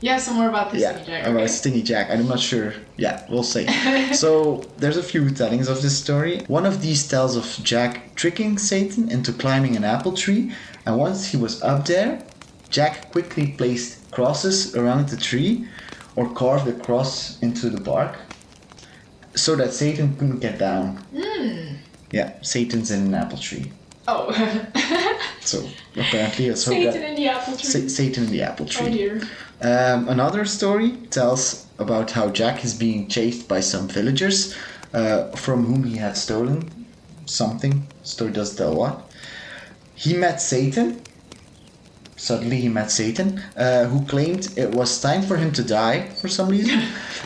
[SPEAKER 3] Yeah, some more about this.
[SPEAKER 2] Yeah,
[SPEAKER 3] subject,
[SPEAKER 2] about
[SPEAKER 3] okay?
[SPEAKER 2] Stingy Jack. I'm not sure. Yeah, we'll see. so there's a few tellings of this story. One of these tells of Jack tricking Satan into climbing an apple tree, and once he was up there, Jack quickly placed crosses around the tree, or carved a cross into the bark, so that Satan couldn't get down.
[SPEAKER 3] Hmm.
[SPEAKER 2] Yeah, Satan's in an apple tree.
[SPEAKER 3] Oh,
[SPEAKER 2] So apparently, let's hope
[SPEAKER 3] Satan
[SPEAKER 2] that
[SPEAKER 3] in the apple
[SPEAKER 2] Sa-
[SPEAKER 3] tree.
[SPEAKER 2] Satan in the apple tree.
[SPEAKER 3] Oh dear.
[SPEAKER 2] Um, another story tells about how Jack is being chased by some villagers uh, from whom he had stolen something. Story doesn't tell what. He met Satan. Suddenly, he met Satan, uh, who claimed it was time for him to die for some reason.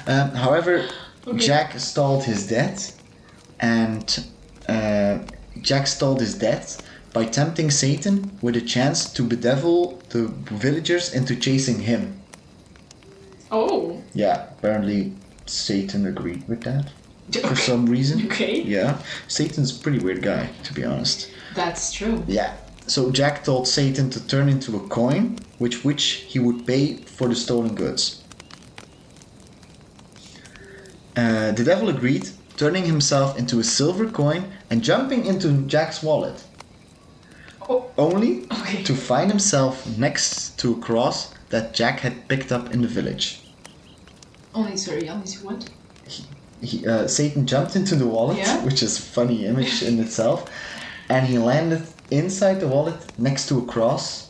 [SPEAKER 2] um, however,
[SPEAKER 3] Okay.
[SPEAKER 2] Jack stalled his death, and uh, Jack stalled his death by tempting Satan with a chance to bedevil the villagers into chasing him.
[SPEAKER 3] Oh,
[SPEAKER 2] Yeah, apparently Satan agreed with that for
[SPEAKER 3] okay.
[SPEAKER 2] some reason.
[SPEAKER 3] Okay.
[SPEAKER 2] Yeah, Satan's a pretty weird guy, to be honest.
[SPEAKER 3] that's true.
[SPEAKER 2] Yeah. So Jack told Satan to turn into a coin, which which he would pay for the stolen goods. Uh, the devil agreed, turning himself into a silver coin and jumping into Jack's wallet.
[SPEAKER 3] Oh.
[SPEAKER 2] Only
[SPEAKER 3] Okay.
[SPEAKER 2] to find himself next to a cross that Jack had picked up in the village.
[SPEAKER 3] Only Oh, sorry, only to what?
[SPEAKER 2] he, uh, Satan jumped into the wallet,
[SPEAKER 3] Yeah.
[SPEAKER 2] which is a funny image in itself, and he landed inside the wallet next to a cross.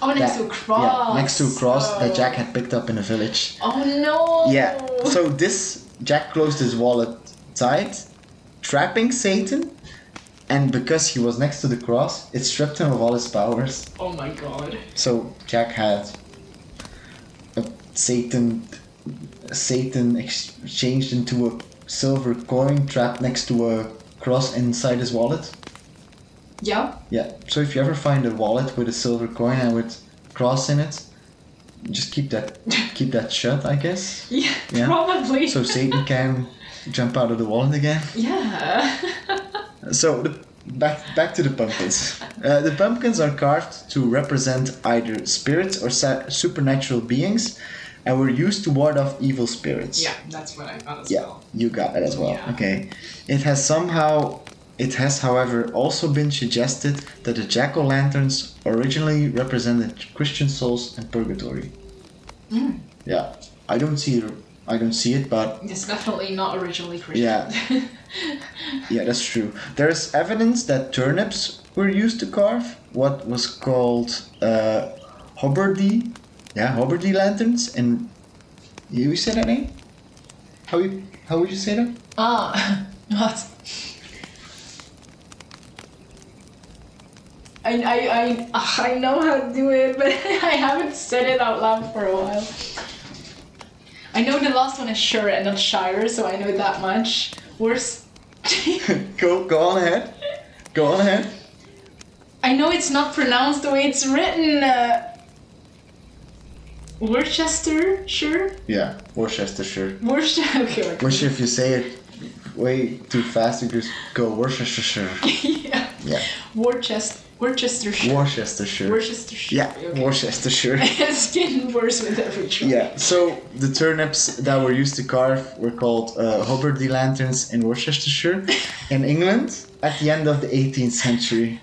[SPEAKER 3] Oh, next
[SPEAKER 2] that-
[SPEAKER 3] to a cross.
[SPEAKER 2] Yeah, next to a cross
[SPEAKER 3] oh.
[SPEAKER 2] that Jack had picked up in a village.
[SPEAKER 3] Oh no.
[SPEAKER 2] Yeah.
[SPEAKER 3] Oh.
[SPEAKER 2] So this Jack closed his wallet tight, trapping Satan, and because he was next to the cross, it stripped him of all his powers.
[SPEAKER 3] Oh my god.
[SPEAKER 2] So Jack had a Satan Satan exchanged into a silver coin trapped next to a cross inside his wallet.
[SPEAKER 3] Yeah.
[SPEAKER 2] Yeah. So if you ever find a wallet with a silver coin and with cross in it, just keep that keep that shut, I guess.
[SPEAKER 3] Yeah.
[SPEAKER 2] Yeah.
[SPEAKER 3] Probably.
[SPEAKER 2] So Satan can jump out of the wallet again.
[SPEAKER 3] yeah.
[SPEAKER 2] So the, back back to the pumpkins. Uh, the pumpkins are carved to represent either spirits or sa- supernatural beings, and were used to ward off evil spirits.
[SPEAKER 4] Yeah, that's what I got as
[SPEAKER 2] Yeah,
[SPEAKER 4] well.
[SPEAKER 2] you got that as well.
[SPEAKER 4] Yeah.
[SPEAKER 2] Okay. It has somehow, it has, however, also been suggested that the jack o' lanterns originally represented Christian souls and purgatory.
[SPEAKER 4] Hmm.
[SPEAKER 2] Yeah, I don't see it. I don't see it, but
[SPEAKER 3] It's definitely not originally Christian.
[SPEAKER 2] Yeah. yeah, that's true. There is evidence that turnips were used to carve what was called uh, Hobbardy, yeah, Hobbardy lanterns. And you say that name? How you how would you say that?
[SPEAKER 3] ah. What? I, I, I, ah, I know how to do it, but I haven't said it out loud for a while. I know the last one is sure and not shire, so I know that much. Worse.
[SPEAKER 2] go go on ahead. Go on ahead.
[SPEAKER 3] I know it's not pronounced the way it's written. Uh, Worcester, sure.
[SPEAKER 2] Yeah, Worcestershire.
[SPEAKER 3] Worcester. Okay. okay.
[SPEAKER 2] Which if you say it way too fast, you just go Worcestershire.
[SPEAKER 3] yeah.
[SPEAKER 2] Yeah,
[SPEAKER 3] Worcester. Worcestershire.
[SPEAKER 2] Worcestershire.
[SPEAKER 3] Worcestershire.
[SPEAKER 2] Yeah,
[SPEAKER 3] Okay.
[SPEAKER 2] Worcestershire.
[SPEAKER 3] it's getting worse with every try.
[SPEAKER 2] Yeah, so the turnips that were used to carve were called uh, Hobbardy lanterns in Worcestershire, in England, at the end of the 18th century.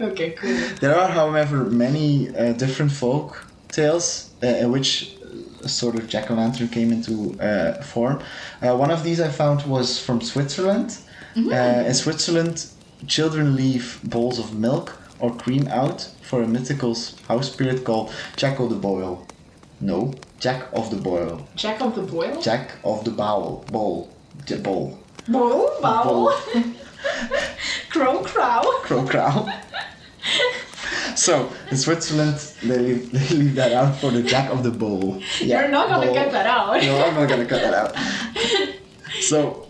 [SPEAKER 3] Okay. Cool.
[SPEAKER 2] There are, however, many uh, different folk tales uh, in which a sort of jack o' lantern came into uh, form. Uh, one of these I found was from Switzerland. Uh, in Switzerland, children leave bowls of milk or cream out for a mythical s- house spirit called Jack o' the Boil. No, Jack of the Boil.
[SPEAKER 3] Jack of the boil.
[SPEAKER 2] Jack of the Bowl. Bowl. The bowl.
[SPEAKER 3] Boil. Bowl. Crow. Crow.
[SPEAKER 2] Crow crow. so in Switzerland, they leave, they leave that out for the jack of the bowl. Yeah,
[SPEAKER 3] You're not gonna
[SPEAKER 2] bowl.
[SPEAKER 3] get that out.
[SPEAKER 2] No, I'm not gonna cut that out. So,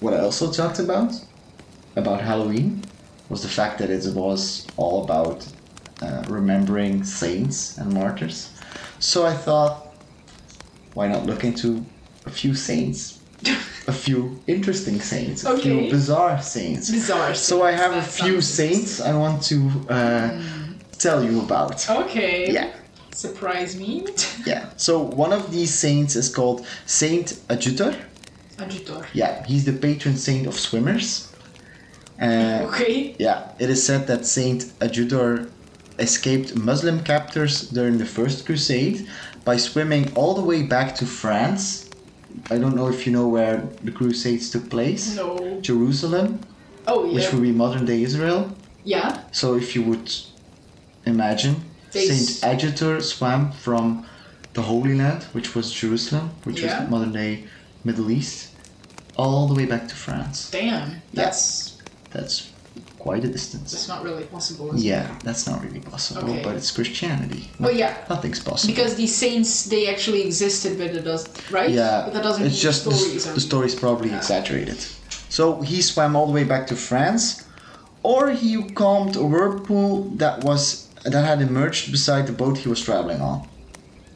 [SPEAKER 2] what I also talked about about Halloween was the fact that it was all about uh, remembering saints and martyrs. So I thought, why not look into a few saints, a few interesting saints, a
[SPEAKER 3] Okay.
[SPEAKER 2] few bizarre saints.
[SPEAKER 3] Bizarre.
[SPEAKER 2] So I have a
[SPEAKER 3] That
[SPEAKER 2] few
[SPEAKER 3] sounds
[SPEAKER 2] saints I want to uh, tell you about.
[SPEAKER 3] Okay.
[SPEAKER 2] Yeah,
[SPEAKER 3] Surprise me.
[SPEAKER 2] yeah. So one of these saints is called Saint Adjutor.
[SPEAKER 3] Adjutor.
[SPEAKER 2] Yeah, he's the patron saint of swimmers. Uh,
[SPEAKER 3] Okay.
[SPEAKER 2] yeah, it is said that Saint Adjutor escaped Muslim captors during the First Crusade by swimming all the way back to France. I don't know if you know where the Crusades took place.
[SPEAKER 3] No.
[SPEAKER 2] Jerusalem,
[SPEAKER 3] Oh
[SPEAKER 2] which
[SPEAKER 3] yeah.
[SPEAKER 2] would be modern day Israel.
[SPEAKER 3] Yeah.
[SPEAKER 2] So if you would imagine,
[SPEAKER 3] They s-
[SPEAKER 2] Saint Adjutor swam from the Holy Land, which was Jerusalem, which
[SPEAKER 3] Yeah.
[SPEAKER 2] was modern day Middle East, all the way back to France.
[SPEAKER 3] Damn. That's
[SPEAKER 2] That's quite a distance.
[SPEAKER 3] that's not really possible. Is it?
[SPEAKER 2] Yeah, that's not really possible,
[SPEAKER 3] Okay.
[SPEAKER 2] but it's Christianity.
[SPEAKER 3] Well, yeah.
[SPEAKER 2] Nothing's possible.
[SPEAKER 3] Because these saints, they actually existed, but it does right.
[SPEAKER 2] yeah,
[SPEAKER 3] but that doesn't.
[SPEAKER 2] it's just the,
[SPEAKER 3] stories
[SPEAKER 2] the story's probably exaggerated. So he swam all the way back to France, or he calmed a whirlpool that was that had emerged beside the boat he was traveling on.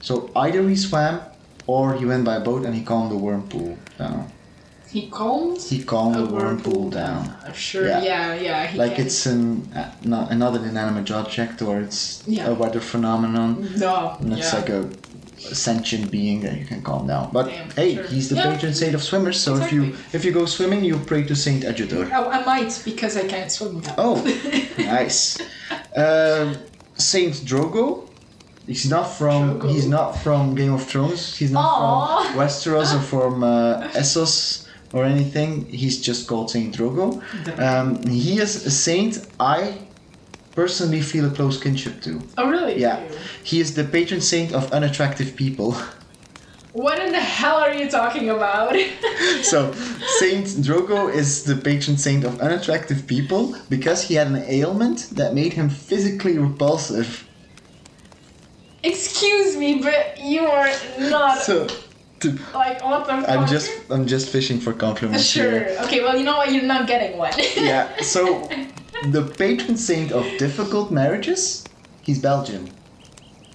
[SPEAKER 2] So either he swam, or he went by boat and he calmed the whirlpool down.
[SPEAKER 3] He calmed
[SPEAKER 2] He calmed
[SPEAKER 3] a
[SPEAKER 2] the whirlpool
[SPEAKER 3] whirlpool
[SPEAKER 2] down.
[SPEAKER 3] I'm sure.
[SPEAKER 2] Yeah.
[SPEAKER 3] Yeah, yeah. he
[SPEAKER 2] Like
[SPEAKER 3] can.
[SPEAKER 2] it's an uh, not another inanimate object, or it's
[SPEAKER 3] Yeah.
[SPEAKER 2] a weather phenomenon.
[SPEAKER 3] no.
[SPEAKER 2] And it's
[SPEAKER 3] yeah.
[SPEAKER 2] like a sentient being that you can calm down. But
[SPEAKER 3] Damn,
[SPEAKER 2] hey,
[SPEAKER 3] sure.
[SPEAKER 2] he's the
[SPEAKER 3] Yeah.
[SPEAKER 2] patron saint of swimmers, so if you
[SPEAKER 3] Exactly.
[SPEAKER 2] if you go swimming, you pray to Saint Adjutor.
[SPEAKER 3] Oh, I might because I can't swim now.
[SPEAKER 2] Oh, nice. Um, saint Drogo. He's not from.
[SPEAKER 3] Drogo.
[SPEAKER 2] He's not from Game of Thrones. He's not
[SPEAKER 3] Aw.
[SPEAKER 2] from Westeros or from uh, Essos or anything. He's just called Saint Drogo. Um, he is a saint. I personally feel a close kinship to.
[SPEAKER 3] Oh, really?
[SPEAKER 2] Yeah, he is the patron saint of unattractive people.
[SPEAKER 3] What in the hell are you talking about?
[SPEAKER 2] So, Saint Drogo is the patron saint of unattractive people because he had an ailment that made him physically repulsive.
[SPEAKER 3] Excuse me, but you are not
[SPEAKER 2] So, t-
[SPEAKER 3] like what the
[SPEAKER 2] I'm
[SPEAKER 3] fuck?
[SPEAKER 2] just I'm just fishing for compliments
[SPEAKER 3] sure.
[SPEAKER 2] here.
[SPEAKER 3] Okay, well you know what? You're not getting one.
[SPEAKER 2] Yeah. So, the patron saint of difficult marriages, he's Belgian.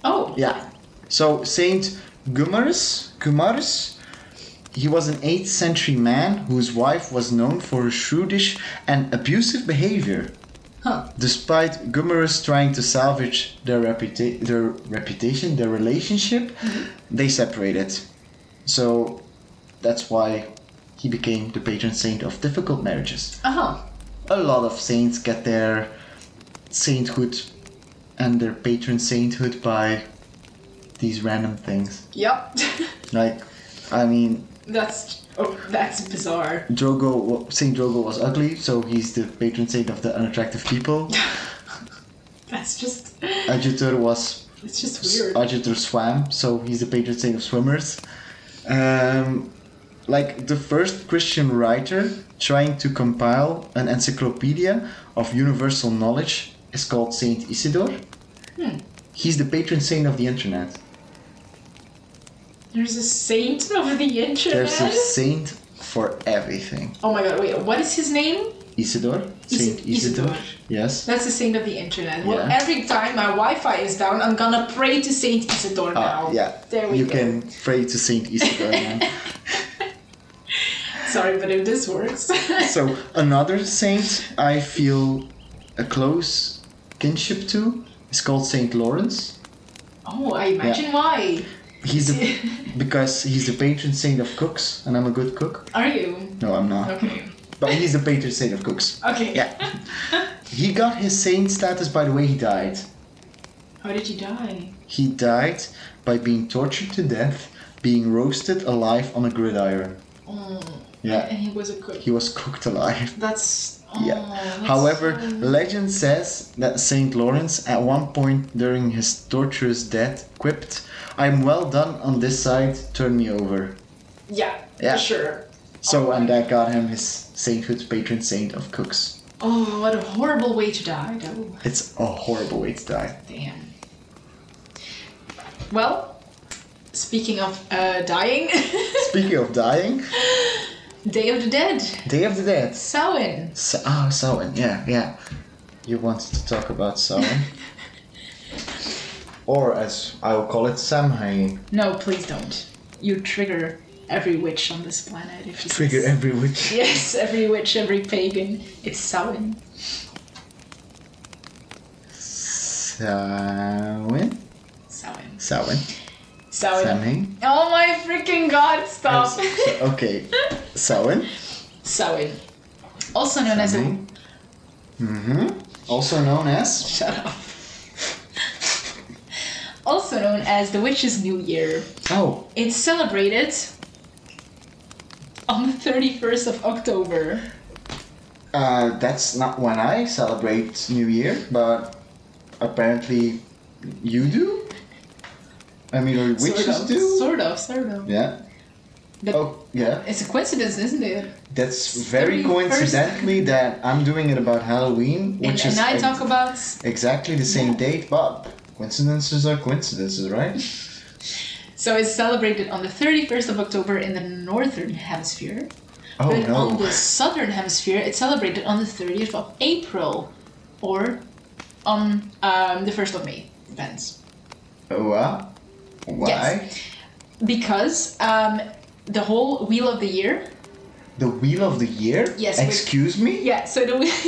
[SPEAKER 3] Oh.
[SPEAKER 2] Yeah. So Saint Gumarus, Gumarus, he was an 8th century man whose wife was known for her shrewdish and abusive behavior.
[SPEAKER 3] Huh.
[SPEAKER 2] Despite Gumarus trying to salvage their, reputa- their reputation, their relationship, they separated. So that's why he became the patron saint of difficult marriages.
[SPEAKER 3] Uh huh.
[SPEAKER 2] A lot of saints get their sainthood and their patron sainthood by these random things.
[SPEAKER 3] Yep.
[SPEAKER 2] Like, I mean,
[SPEAKER 3] that's oh, that's bizarre.
[SPEAKER 2] Drogo, wa- Saint Drogo was ugly, so he's the patron saint of the unattractive people.
[SPEAKER 3] That's just
[SPEAKER 2] Adjutor was
[SPEAKER 3] it's just weird.
[SPEAKER 2] Adjutor swam, so he's the patron saint of swimmers. Um, like the first Christian writer trying to compile an encyclopedia of universal knowledge is called Saint Isidore.
[SPEAKER 3] Hmm.
[SPEAKER 2] He's the patron saint of the internet.
[SPEAKER 3] There's a saint of the internet.
[SPEAKER 2] There's a saint for everything.
[SPEAKER 3] oh my god! Wait, what is his name?
[SPEAKER 2] Isidore? Saint
[SPEAKER 3] Isi-
[SPEAKER 2] Isidore?
[SPEAKER 3] Isidore.
[SPEAKER 2] Yes.
[SPEAKER 3] That's the saint of the internet. Well,
[SPEAKER 2] Yeah.
[SPEAKER 3] every time my Wi-Fi is down, I'm gonna pray to Saint Isidore
[SPEAKER 2] Ah,
[SPEAKER 3] now.
[SPEAKER 2] yeah.
[SPEAKER 3] There we
[SPEAKER 2] you
[SPEAKER 3] go.
[SPEAKER 2] can pray to Saint Isidore. man.
[SPEAKER 3] Sorry, but if this works.
[SPEAKER 2] So another saint I feel a close kinship to is called Saint Lawrence.
[SPEAKER 3] oh, I imagine why.
[SPEAKER 2] He's the, because he's the patron saint of cooks, and I'm a good cook.
[SPEAKER 3] Are you
[SPEAKER 2] No, I'm not.
[SPEAKER 3] okay?
[SPEAKER 2] But he's the patron saint of cooks.
[SPEAKER 3] Okay.
[SPEAKER 2] Yeah. He got his saint status by the way he died.
[SPEAKER 3] How did you die?
[SPEAKER 2] He died by being tortured to death, being roasted alive on a gridiron.
[SPEAKER 3] Oh,
[SPEAKER 2] Yeah.
[SPEAKER 3] and he was a cook.
[SPEAKER 2] He was cooked alive.
[SPEAKER 3] That's oh,
[SPEAKER 2] Yeah.
[SPEAKER 3] that's
[SPEAKER 2] However,
[SPEAKER 3] so-
[SPEAKER 2] legend says that Saint Lawrence, at one point during his torturous death, quipped, "I'm well done on this side. Turn me over."
[SPEAKER 3] yeah,
[SPEAKER 2] Yeah.
[SPEAKER 3] for sure.
[SPEAKER 2] So, and that got him his sainthood, patron saint of cooks.
[SPEAKER 3] Oh, what a horrible way to die, though.
[SPEAKER 2] It's a horrible way to die.
[SPEAKER 3] Damn. Well, speaking of uh, dying,
[SPEAKER 2] Speaking of dying,
[SPEAKER 3] Day of the Dead,
[SPEAKER 2] Day of the Dead.
[SPEAKER 3] Samhain.
[SPEAKER 2] So, oh, Samhain. Yeah, yeah. You wanted to talk about Samhain, or as I will call it, Samhain.
[SPEAKER 3] No, please don't. You trigger every witch on this planet if you say
[SPEAKER 2] Trigger every witch.
[SPEAKER 3] Yes, every witch, every pagan. It's Samhain.
[SPEAKER 2] Samhain.
[SPEAKER 3] Samhain.
[SPEAKER 2] Samhain.
[SPEAKER 3] Samhain.
[SPEAKER 2] Samhain.
[SPEAKER 3] Oh my freaking god, stop.
[SPEAKER 2] So- so- okay. Samhain.
[SPEAKER 3] Samhain. Also known as a.
[SPEAKER 2] Mm-hmm. Also known as.
[SPEAKER 3] Shut up. also known as the Witch's New Year.
[SPEAKER 2] Oh,
[SPEAKER 3] It's celebrated on the 31st of October.
[SPEAKER 2] uh, that's not when I celebrate New Year, but apparently you do. I mean, or witches
[SPEAKER 3] sort of,
[SPEAKER 2] do.
[SPEAKER 3] Sort of, sort of.
[SPEAKER 2] Yeah.
[SPEAKER 3] But
[SPEAKER 2] Oh, yeah.
[SPEAKER 3] It's a coincidence, isn't it?
[SPEAKER 2] That's very
[SPEAKER 3] 31st.
[SPEAKER 2] coincidentally that I'm doing it about Halloween,
[SPEAKER 3] And,
[SPEAKER 2] which
[SPEAKER 3] and
[SPEAKER 2] is
[SPEAKER 3] I
[SPEAKER 2] ex-
[SPEAKER 3] talk about.
[SPEAKER 2] exactly the same date, but coincidences are coincidences, right?
[SPEAKER 3] So it's celebrated on the 31st of October in the Northern Hemisphere.
[SPEAKER 2] Oh
[SPEAKER 3] but on
[SPEAKER 2] no.
[SPEAKER 3] the Southern Hemisphere, it's celebrated on the 30th of April or on um, the 1st of May. Depends.
[SPEAKER 2] What? Why?
[SPEAKER 3] Because um, the whole Wheel of the Year.
[SPEAKER 2] The Wheel of the Year?
[SPEAKER 3] Yes, which-
[SPEAKER 2] Excuse me?
[SPEAKER 3] Yeah, so the Wheel.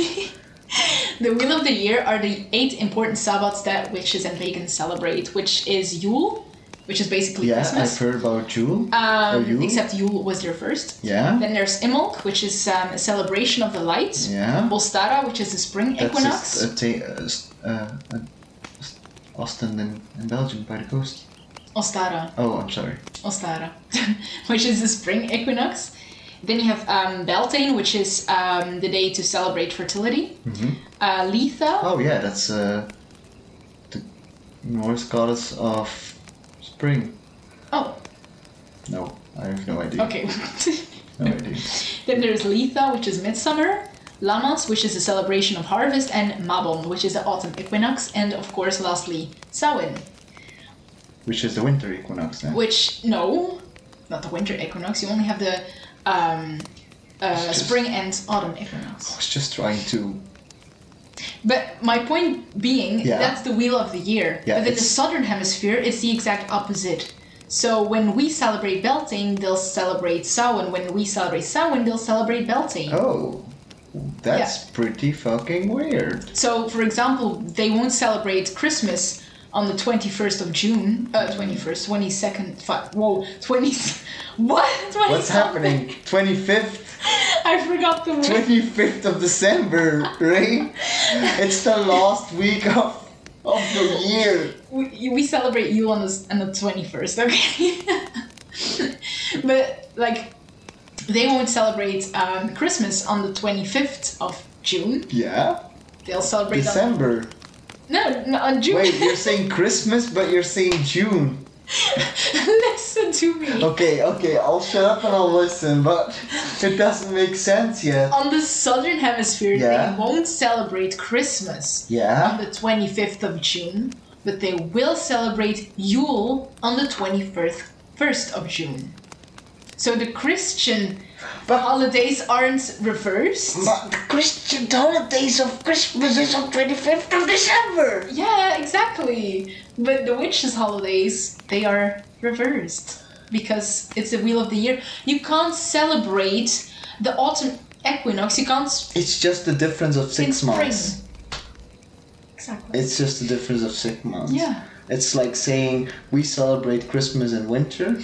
[SPEAKER 3] The Wheel of the Year are the eight important Sabbats that witches and pagans celebrate, which is Yule, which is basically
[SPEAKER 2] Yeah, I've
[SPEAKER 3] Christmas.
[SPEAKER 2] heard about Jule.
[SPEAKER 3] Um,
[SPEAKER 2] or Yule.
[SPEAKER 3] Except Yule was their first.
[SPEAKER 2] yeah.
[SPEAKER 3] Then there's Imulk, which is um, a celebration of the light.
[SPEAKER 2] Yeah.
[SPEAKER 3] Volstara, which is the spring
[SPEAKER 2] That's
[SPEAKER 3] equinox.
[SPEAKER 2] just a ta- uh, s- uh, uh, s- Ostend in, in Belgium by the coast.
[SPEAKER 3] Ostara.
[SPEAKER 2] Oh, I'm sorry.
[SPEAKER 3] Ostara, which is the spring equinox. Then you have um, Beltane, which is um, the day to celebrate fertility. Uh, Letha,
[SPEAKER 2] Oh, yeah, that's uh, the Norse goddess of spring.
[SPEAKER 3] Oh,
[SPEAKER 2] No, I have no idea.
[SPEAKER 3] okay.
[SPEAKER 2] No idea.
[SPEAKER 3] then there's Letha, which is midsummer. Lamas, which is the celebration of harvest, and Mabon, which is the autumn equinox, and of course, lastly, Samhain.
[SPEAKER 2] which is the winter equinox. Then.
[SPEAKER 3] Which no, not the winter equinox. You only have the um, uh,
[SPEAKER 2] just-
[SPEAKER 3] spring and autumn
[SPEAKER 2] I
[SPEAKER 3] equinox.
[SPEAKER 2] was just trying to.
[SPEAKER 3] But my point being,
[SPEAKER 2] Yeah.
[SPEAKER 3] that's the wheel of the year.
[SPEAKER 2] Yeah,
[SPEAKER 3] but in the
[SPEAKER 2] it's-
[SPEAKER 3] southern hemisphere, it's the exact opposite. So when we celebrate Beltane, they'll celebrate Samhain. When we celebrate Samhain, they'll celebrate Beltane.
[SPEAKER 2] Oh, that's pretty fucking weird.
[SPEAKER 3] So, for example, they won't celebrate Christmas on the 21st of June. Uh, 21st, 22nd, fi- whoa, 20. What? 20
[SPEAKER 2] What's happening? 25th?
[SPEAKER 3] I forgot the word.
[SPEAKER 2] 25th of December, right? it's the last week of, of the year.
[SPEAKER 3] We, we celebrate you on the, s- on the 21st, okay? but, like, they won't celebrate um, Christmas on the 25th of June.
[SPEAKER 2] Yeah?
[SPEAKER 3] They'll celebrate on.
[SPEAKER 2] December.
[SPEAKER 3] No, no, on June.
[SPEAKER 2] Wait, you're saying Christmas, but you're saying June.
[SPEAKER 3] Listen to me.
[SPEAKER 2] Okay, okay, I'll shut up and I'll listen, but it doesn't make sense yet.
[SPEAKER 3] On the southern hemisphere,
[SPEAKER 2] Yeah.
[SPEAKER 3] they won't celebrate Christmas. on
[SPEAKER 2] Yeah?
[SPEAKER 3] the 25th of June, but they will celebrate Yule on the 21st 1st of June. So the Christian
[SPEAKER 2] But-
[SPEAKER 3] holidays aren't reversed.
[SPEAKER 2] But the Christian holidays of Christmas is on 25th of December!
[SPEAKER 3] yeah, exactly. But the witches' holidays, they are reversed because it's the wheel of the year. You can't celebrate the autumn equinox. You can't s-
[SPEAKER 2] It's just the difference of
[SPEAKER 3] in
[SPEAKER 2] six
[SPEAKER 3] spring.
[SPEAKER 2] months.
[SPEAKER 3] Exactly.
[SPEAKER 2] It's just the difference of six months.
[SPEAKER 3] Yeah.
[SPEAKER 2] It's like saying we celebrate Christmas in winter,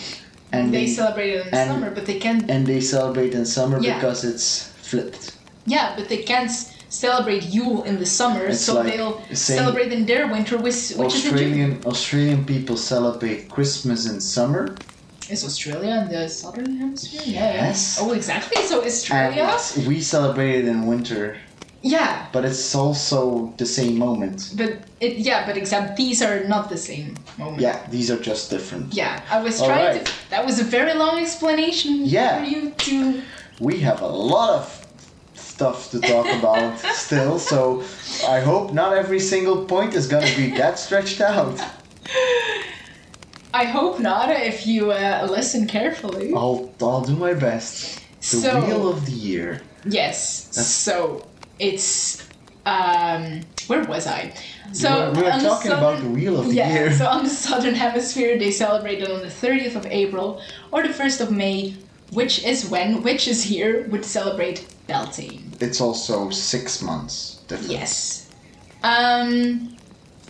[SPEAKER 2] and
[SPEAKER 3] they celebrate it in
[SPEAKER 2] and-
[SPEAKER 3] summer, but they can't
[SPEAKER 2] and they celebrate in summer
[SPEAKER 3] Yeah.
[SPEAKER 2] because it's flipped.
[SPEAKER 3] Yeah, but they can't s- celebrate Yule in the summer,
[SPEAKER 2] It's
[SPEAKER 3] so
[SPEAKER 2] like
[SPEAKER 3] they'll
[SPEAKER 2] saying
[SPEAKER 3] celebrate in their winter, which, which is in June.
[SPEAKER 2] Australian Australian people celebrate Christmas in summer.
[SPEAKER 3] Is Australia in the southern hemisphere? Yeah,
[SPEAKER 2] Yes.
[SPEAKER 3] Yeah. Oh, exactly. So Australia.
[SPEAKER 2] And we celebrate it in winter,
[SPEAKER 3] Yeah,
[SPEAKER 2] but it's also the same moment.
[SPEAKER 3] but it. Yeah, but except these are not the same moment.
[SPEAKER 2] Yeah, these are just different.
[SPEAKER 3] Yeah, I was
[SPEAKER 2] All
[SPEAKER 3] trying
[SPEAKER 2] right.
[SPEAKER 3] to. That was a very long explanation
[SPEAKER 2] Yeah.
[SPEAKER 3] for you to.
[SPEAKER 2] we have a lot of stuff to talk about still, so I hope not every single point is gonna be that stretched out.
[SPEAKER 3] I hope not if you uh, listen carefully.
[SPEAKER 2] I'll I'll do my best. Oh, The
[SPEAKER 3] So-
[SPEAKER 2] wheel of the year.
[SPEAKER 3] Yes. So it's. Um, where was I? So
[SPEAKER 2] we're, we're
[SPEAKER 3] on the
[SPEAKER 2] talking about the
[SPEAKER 3] southern-
[SPEAKER 2] wheel of the
[SPEAKER 3] Yeah,
[SPEAKER 2] year.
[SPEAKER 3] so on the southern hemisphere, they celebrate it on the 30th of April or the 1st of May, which is when witches here would celebrate Beltane.
[SPEAKER 2] It's also six months difference.
[SPEAKER 3] Yes. Um,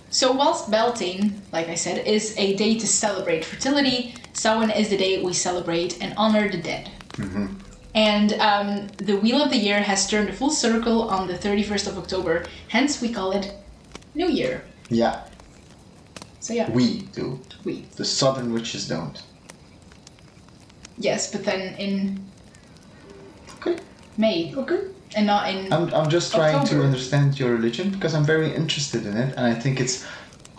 [SPEAKER 3] so whilst Beltane, like I said, is a day to celebrate fertility, Samhain is the day we celebrate and honor the dead. And um, the Wheel of the Year has turned a full circle on the 31st of October, hence we call it New Year.
[SPEAKER 2] Yeah,
[SPEAKER 3] So yeah,
[SPEAKER 2] we do.
[SPEAKER 3] we.
[SPEAKER 2] The southern witches don't.
[SPEAKER 3] Yes, but then in
[SPEAKER 2] Okay,
[SPEAKER 3] May.
[SPEAKER 2] okay.
[SPEAKER 3] and not in
[SPEAKER 2] I'm, I'm just trying to
[SPEAKER 3] October.
[SPEAKER 2] understand your religion because I'm very interested in it and I think it's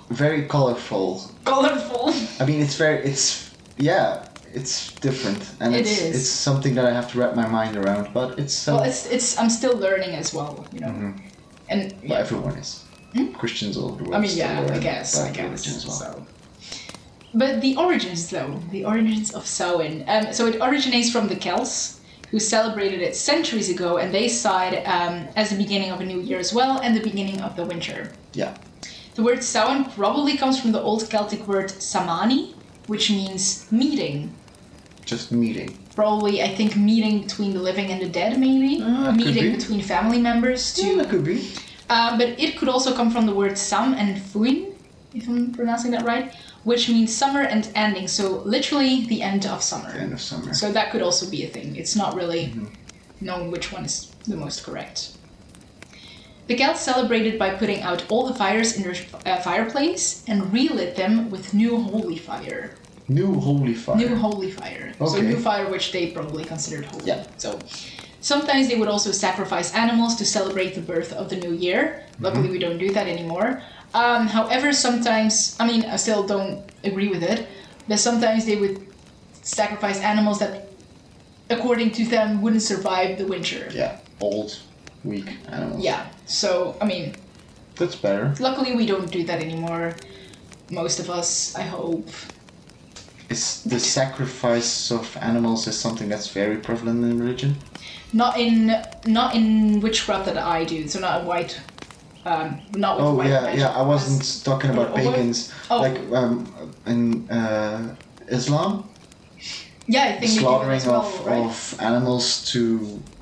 [SPEAKER 2] very colorful
[SPEAKER 3] colorful.
[SPEAKER 2] I mean, it's very, it's yeah, it's different, and
[SPEAKER 3] It
[SPEAKER 2] it's
[SPEAKER 3] is.
[SPEAKER 2] it's something that I have to wrap my mind around. But it's um, so
[SPEAKER 3] Well, it's it's I'm still learning as well, you know.
[SPEAKER 2] Mm-hmm.
[SPEAKER 3] And
[SPEAKER 2] well, everyone is Christians all over the world.
[SPEAKER 3] Hmm? I mean,
[SPEAKER 2] still
[SPEAKER 3] yeah,
[SPEAKER 2] learn
[SPEAKER 3] I guess,
[SPEAKER 2] about
[SPEAKER 3] I guess.
[SPEAKER 2] religion as well.
[SPEAKER 3] So. But the origins, though, the origins of Samhain. Um, so it originates from the Celts, who celebrated it centuries ago, and they saw it um, as the beginning of a new year as well, and the beginning of the winter.
[SPEAKER 2] Yeah,
[SPEAKER 3] The word Samhain probably comes from the old Celtic word samani, which means meeting.
[SPEAKER 2] just meeting.
[SPEAKER 3] Probably, I think, meeting between the living and the dead, maybe.
[SPEAKER 2] Ah, could
[SPEAKER 3] meeting
[SPEAKER 2] be.
[SPEAKER 3] between family members, too.
[SPEAKER 2] Yeah, that could be.
[SPEAKER 3] Uh, but it could also come from the word sam and fuin, if I'm pronouncing that right, which means summer and ending. So literally the end of summer.
[SPEAKER 2] End of summer. Mm-hmm.
[SPEAKER 3] So that could also be a thing. It's not really known which one is the most correct. The Celts celebrated by putting out all the fires in their uh, fireplace and relit them with new holy fire.
[SPEAKER 2] New holy fire.
[SPEAKER 3] New holy fire. So
[SPEAKER 2] Okay.
[SPEAKER 3] new fire which they probably considered holy.
[SPEAKER 2] Yeah.
[SPEAKER 3] So sometimes they would also sacrifice animals to celebrate the birth of the new year. Luckily we don't do that anymore. Um, however, sometimes I mean I still don't agree with it, but sometimes they would sacrifice animals that according to them wouldn't survive the winter.
[SPEAKER 2] yeah, old, weak animals.
[SPEAKER 3] Yeah. So I mean
[SPEAKER 2] that's better.
[SPEAKER 3] luckily we don't do that anymore. most of us, I hope.
[SPEAKER 2] Is the sacrifice of animals is something that's very prevalent in religion?
[SPEAKER 3] Not in not in witchcraft that I do, so not in white. Um, not with
[SPEAKER 2] Oh
[SPEAKER 3] white
[SPEAKER 2] yeah,
[SPEAKER 3] magic,
[SPEAKER 2] yeah. I
[SPEAKER 3] because-
[SPEAKER 2] wasn't talking about
[SPEAKER 3] Oh, what-
[SPEAKER 2] pagans,
[SPEAKER 3] oh.
[SPEAKER 2] like um, in uh, Islam,
[SPEAKER 3] Yeah, I think they do
[SPEAKER 2] slaughtering
[SPEAKER 3] as well,
[SPEAKER 2] of,
[SPEAKER 3] right?
[SPEAKER 2] of animals to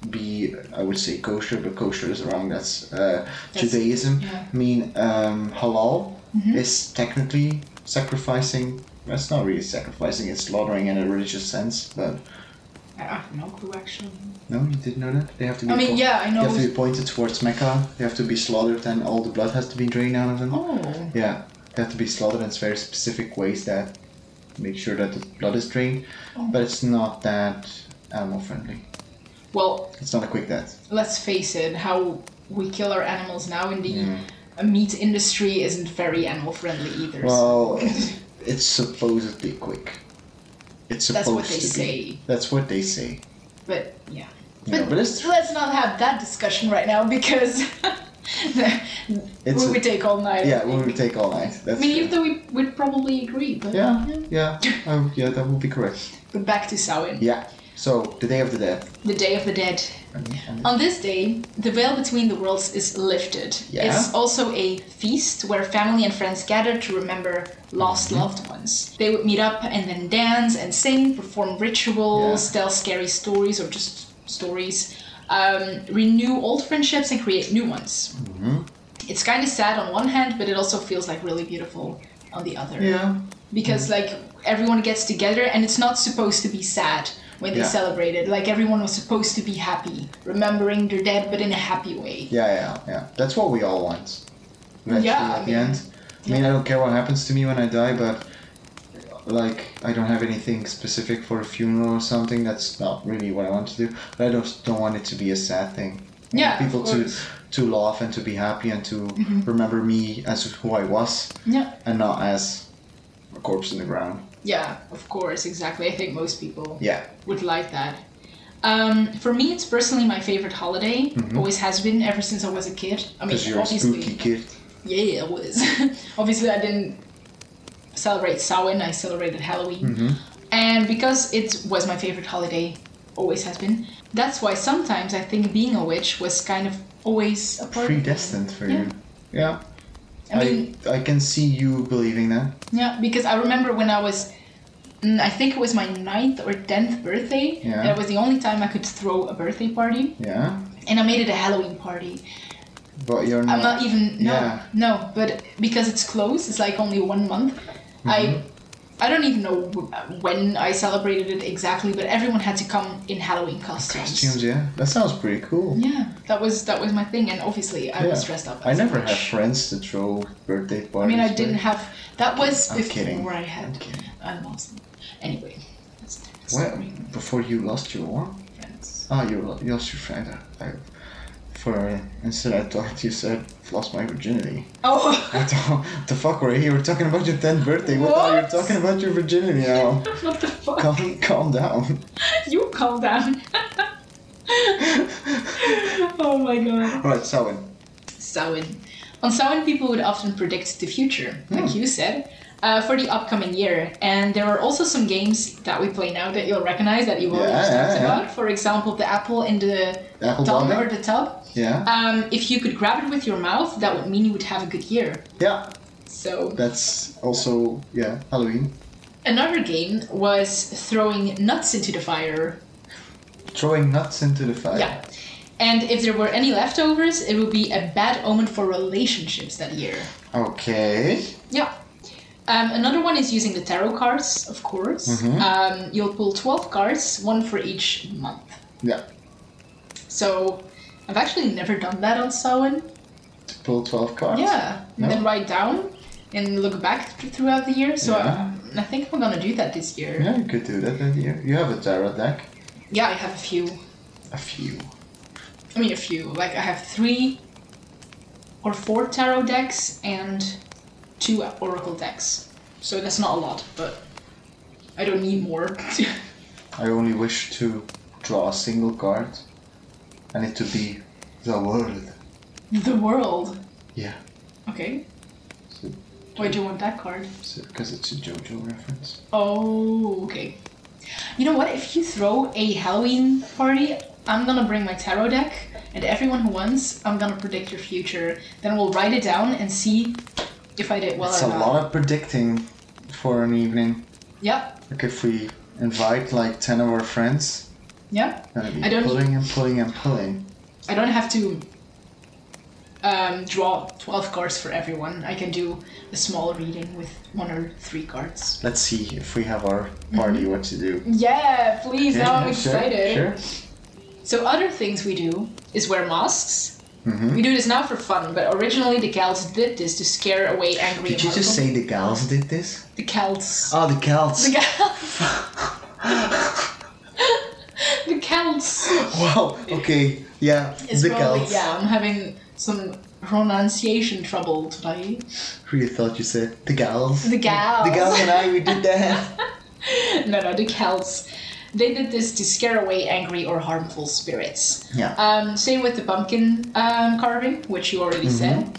[SPEAKER 2] be, I would say kosher, but kosher is wrong. That's, uh, Judaism.
[SPEAKER 3] yeah.
[SPEAKER 2] I
[SPEAKER 3] Mm-hmm.
[SPEAKER 2] mean, um, halal is technically sacrificing. That's not really sacrificing. It's slaughtering in a religious sense, but
[SPEAKER 3] I have no clue actually.
[SPEAKER 2] no, you didn't know that. They have to be.
[SPEAKER 3] I mean,
[SPEAKER 2] po-
[SPEAKER 3] yeah, I
[SPEAKER 2] They
[SPEAKER 3] know.
[SPEAKER 2] have to be pointed towards Mecca. They have to be slaughtered, and all the blood has to be drained out of them.
[SPEAKER 3] Oh,
[SPEAKER 2] Yeah, they have to be slaughtered in very specific ways that make sure that the blood is drained,
[SPEAKER 3] Oh.
[SPEAKER 2] but it's not that animal friendly.
[SPEAKER 3] well,
[SPEAKER 2] It's not a quick death.
[SPEAKER 3] let's face it, how we kill our animals now in the uh, meat industry isn't very animal friendly either. so-
[SPEAKER 2] Well, it's supposedly quick. It's supposed
[SPEAKER 3] That's what they
[SPEAKER 2] to be.
[SPEAKER 3] say.
[SPEAKER 2] That's what they say.
[SPEAKER 3] But yeah.
[SPEAKER 2] Yeah,
[SPEAKER 3] But,
[SPEAKER 2] but it's-
[SPEAKER 3] let's not have that discussion right now because
[SPEAKER 2] It's
[SPEAKER 3] we
[SPEAKER 2] a-
[SPEAKER 3] would take all night.
[SPEAKER 2] Yeah, we would take all night.
[SPEAKER 3] I
[SPEAKER 2] That's
[SPEAKER 3] mean,
[SPEAKER 2] true.
[SPEAKER 3] even though we would probably agree, but
[SPEAKER 2] yeah, yeah, um, yeah. That would be correct.
[SPEAKER 3] But back to Samhain,
[SPEAKER 2] Yeah. So the day of the dead.
[SPEAKER 3] the Day of the Dead. On this day, the veil between the worlds is lifted.
[SPEAKER 2] Yeah.
[SPEAKER 3] It's also a feast where family and friends gather to remember lost loved ones. They would meet up and then dance and sing, perform rituals, tell scary stories or just stories, um, renew old friendships and create new ones. It's kind of sad on one hand, but it also feels like really beautiful on the other
[SPEAKER 2] Yeah. Mm.
[SPEAKER 3] because like everyone gets together and it's not supposed to be sad when they
[SPEAKER 2] Yeah.
[SPEAKER 3] celebrate it like everyone was supposed to be happy remembering their dead but in a happy way
[SPEAKER 2] Yeah, yeah, yeah. That's what we all want. Eventually,
[SPEAKER 3] Yeah,
[SPEAKER 2] at
[SPEAKER 3] I
[SPEAKER 2] the
[SPEAKER 3] mean-
[SPEAKER 2] end. I mean, I don't care what happens to me when I die, but like, I don't have anything specific for a funeral or something. That's not really what I want to do. But I just don't want it to be a sad thing. I
[SPEAKER 3] Yeah,
[SPEAKER 2] want
[SPEAKER 3] of
[SPEAKER 2] people to
[SPEAKER 3] course. Mm-hmm.
[SPEAKER 2] to laugh and to be happy and to remember me as who I was
[SPEAKER 3] yeah
[SPEAKER 2] and not as a corpse in the ground.
[SPEAKER 3] yeah of course exactly i think most people
[SPEAKER 2] Yeah.
[SPEAKER 3] would like that um, for me it's personally my favorite holiday always has been ever since i was a kid i
[SPEAKER 2] Mm-hmm.
[SPEAKER 3] mean
[SPEAKER 2] Because you're a
[SPEAKER 3] obviously
[SPEAKER 2] spooky kid.
[SPEAKER 3] yeah i was obviously i didn't celebrate Samhain, i celebrated halloween
[SPEAKER 2] Mm-hmm.
[SPEAKER 3] and because it was my favorite holiday always has been that's why sometimes i think being a witch was kind of always a part of me.
[SPEAKER 2] Predestined for
[SPEAKER 3] Yeah.
[SPEAKER 2] you. Yeah.
[SPEAKER 3] i mean
[SPEAKER 2] I, I can see you believing that.
[SPEAKER 3] yeah because i remember when i was mm, i think it was my ninth or tenth birthday
[SPEAKER 2] Yeah.
[SPEAKER 3] that was the only time i could throw a birthday party
[SPEAKER 2] Yeah.
[SPEAKER 3] and i made it a halloween party
[SPEAKER 2] But you're
[SPEAKER 3] I'm Uh, not even no
[SPEAKER 2] Mm. Yeah.
[SPEAKER 3] no, but because it's close, it's like only one month. I
[SPEAKER 2] Mm-hmm.
[SPEAKER 3] I don't even know wh- when I celebrated it exactly, but everyone had to come in Halloween costumes.
[SPEAKER 2] Costumes, yeah. That sounds pretty cool.
[SPEAKER 3] Yeah, that was that was my thing, and obviously I was dressed up.
[SPEAKER 2] I
[SPEAKER 3] as a
[SPEAKER 2] never
[SPEAKER 3] witch.
[SPEAKER 2] had friends to throw birthday
[SPEAKER 3] I
[SPEAKER 2] parties.
[SPEAKER 3] mean, I didn't
[SPEAKER 2] with.
[SPEAKER 3] have. That was
[SPEAKER 2] I'm
[SPEAKER 3] before
[SPEAKER 2] kidding.
[SPEAKER 3] I had. uh,
[SPEAKER 2] I'm kidding.
[SPEAKER 3] I'm awesome. Anyway, that's the next
[SPEAKER 2] Well,
[SPEAKER 3] story,
[SPEAKER 2] before you lost your one?
[SPEAKER 3] friends.
[SPEAKER 2] Ah, you lo- you lost your friend. I, I- for uh, instead, I thought you said lost my virginity.
[SPEAKER 3] Oh,
[SPEAKER 2] I thought, the fuck were you? were talking about your 10th birthday. What? are you
[SPEAKER 3] What?
[SPEAKER 2] talking about your virginity now?
[SPEAKER 3] what the fuck?
[SPEAKER 2] calm, calm down.
[SPEAKER 3] You calm down. oh my god.
[SPEAKER 2] Right, Samhain.
[SPEAKER 3] Samhain. On Samhain, people would often predict the future,
[SPEAKER 2] Hmm.
[SPEAKER 3] like you said, uh, for the upcoming year. And there are also some games that we play now that you'll recognize that you've already
[SPEAKER 2] Yeah, yeah,
[SPEAKER 3] talked
[SPEAKER 2] yeah.
[SPEAKER 3] about. For example, the apple in the
[SPEAKER 2] Apple
[SPEAKER 3] thumb
[SPEAKER 2] bobbing?
[SPEAKER 3] or the tub.
[SPEAKER 2] Yeah.
[SPEAKER 3] Um, if you could grab it with your mouth, that would mean you would have a good year.
[SPEAKER 2] yeah.
[SPEAKER 3] So
[SPEAKER 2] That's also, yeah, Halloween.
[SPEAKER 3] another game was throwing nuts into the fire.
[SPEAKER 2] Throwing nuts into the fire.
[SPEAKER 3] Yeah. And if there were any leftovers, it would be a bad omen for relationships that year.
[SPEAKER 2] Okay.
[SPEAKER 3] Yeah. Um, another one is using the tarot cards, of course.
[SPEAKER 2] Mm-hmm.
[SPEAKER 3] Um, you'll pull 12 cards, one for each month.
[SPEAKER 2] Yeah.
[SPEAKER 3] So I've actually never done that on Samhain.
[SPEAKER 2] To pull 12 cards.
[SPEAKER 3] Yeah.
[SPEAKER 2] No.
[SPEAKER 3] And then write down and look back th- throughout the year. So um,
[SPEAKER 2] Yeah.
[SPEAKER 3] I, I think I'm going to do that this year. Yeah.
[SPEAKER 2] Yeah, you could do that. then. You, you have a tarot deck.
[SPEAKER 3] I have a few.
[SPEAKER 2] A few.
[SPEAKER 3] I mean, a few. Like, I have three or four tarot decks and two oracle decks. So that's not a lot, but I don't need more.
[SPEAKER 2] I only wish to draw a single card, and it to be the world.
[SPEAKER 3] the world.
[SPEAKER 2] Yeah.
[SPEAKER 3] Okay.
[SPEAKER 2] So
[SPEAKER 3] Why do you want that card?
[SPEAKER 2] Because it's a JoJo reference.
[SPEAKER 3] Oh, okay. You know what? If you throw a Halloween party, I'm gonna bring my tarot deck, and everyone who wants, I'm gonna predict your future. Then we'll write it down and see if I did well
[SPEAKER 2] It's
[SPEAKER 3] or
[SPEAKER 2] a
[SPEAKER 3] not.
[SPEAKER 2] lot of predicting for an evening.
[SPEAKER 3] Yep,
[SPEAKER 2] Like if we invite like ten of our friends,
[SPEAKER 3] yep.
[SPEAKER 2] gonna be
[SPEAKER 3] I don't-
[SPEAKER 2] pulling and pulling and pulling.
[SPEAKER 3] I don't have to um, draw 12 cards for everyone. I can do a small reading with one or three cards.
[SPEAKER 2] Let's see if we have our party what to do.
[SPEAKER 3] Yeah, please, now I'm
[SPEAKER 2] Yeah, sure,
[SPEAKER 3] Mm-hmm. excited.
[SPEAKER 2] Sure.
[SPEAKER 3] So other things we do is wear masks.
[SPEAKER 2] Mhm.
[SPEAKER 3] We do this now for fun, but originally the Celts did this to scare away angry
[SPEAKER 2] Did you just say the gals did this?
[SPEAKER 3] the Celts?
[SPEAKER 2] Oh, the gals.
[SPEAKER 3] The Celts. the Celts.
[SPEAKER 2] wow. Okay. Yeah.
[SPEAKER 3] It's
[SPEAKER 2] the
[SPEAKER 3] probably,
[SPEAKER 2] gals.
[SPEAKER 3] Yeah, I'm having some pronunciation trouble today.
[SPEAKER 2] Really thought you said the gals.
[SPEAKER 3] The gals.
[SPEAKER 2] The gals and I we did that.
[SPEAKER 3] no, no, the Celts. They did this to scare away angry or harmful spirits.
[SPEAKER 2] Yeah.
[SPEAKER 3] Um, same with the pumpkin um, carving, which you already said.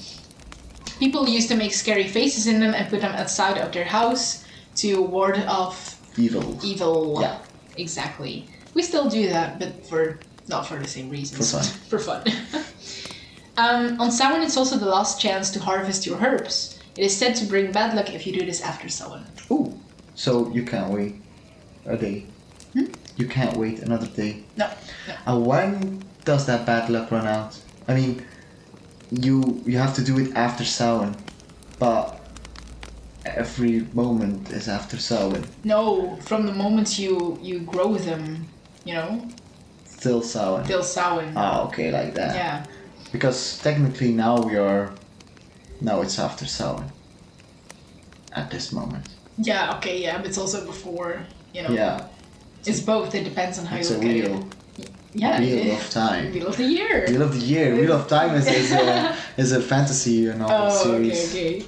[SPEAKER 3] People used to make scary faces in them and put them outside of their house to ward off
[SPEAKER 2] Evil.
[SPEAKER 3] evil.
[SPEAKER 2] Yeah.
[SPEAKER 3] Exactly. We still do that, but for not for the same reasons.
[SPEAKER 2] For fun.
[SPEAKER 3] For fun. um, on Samhain, it's also the last chance to harvest your herbs. It is said to bring bad luck if you do this after Samhain.
[SPEAKER 2] Ooh. So you can't wait a day. Hmm? You can't wait another day.
[SPEAKER 3] No, no.
[SPEAKER 2] And when does that bad luck run out? I mean, you you have to do it after Samhain, but every moment is after Samhain,
[SPEAKER 3] No, from the moment you you grow them, you know,
[SPEAKER 2] still Samhain.
[SPEAKER 3] they'll Samhain.
[SPEAKER 2] Ah, okay, like that.
[SPEAKER 3] yeah.
[SPEAKER 2] Because technically now we are, now it's after Samhain. At this moment.
[SPEAKER 3] Yeah, okay, yeah, but it's also before, you know.
[SPEAKER 2] Yeah,
[SPEAKER 3] It's both, it depends on how
[SPEAKER 2] it's
[SPEAKER 3] you
[SPEAKER 2] a
[SPEAKER 3] look at it.
[SPEAKER 2] wheel,
[SPEAKER 3] Yeah.
[SPEAKER 2] wheel of time.
[SPEAKER 3] Wheel of the year.
[SPEAKER 2] Wheel of the year, Wheel of Time is, is, a, is a fantasy novel
[SPEAKER 3] oh,
[SPEAKER 2] series.
[SPEAKER 3] okay, okay.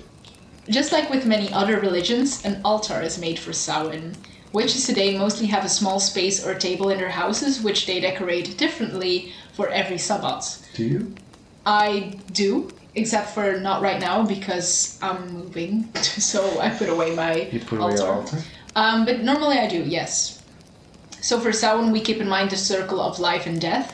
[SPEAKER 3] Just like with many other religions, an altar is made for Samhain. Witches today mostly have a small space or table in their houses, which they decorate differently for every Sabbath.
[SPEAKER 2] Do you?
[SPEAKER 3] I do, except for not right now because I'm moving, so I put away my
[SPEAKER 2] You put away your altar?
[SPEAKER 3] Um, but normally I do, yes. So for Samhain, we keep in mind the circle of life and death,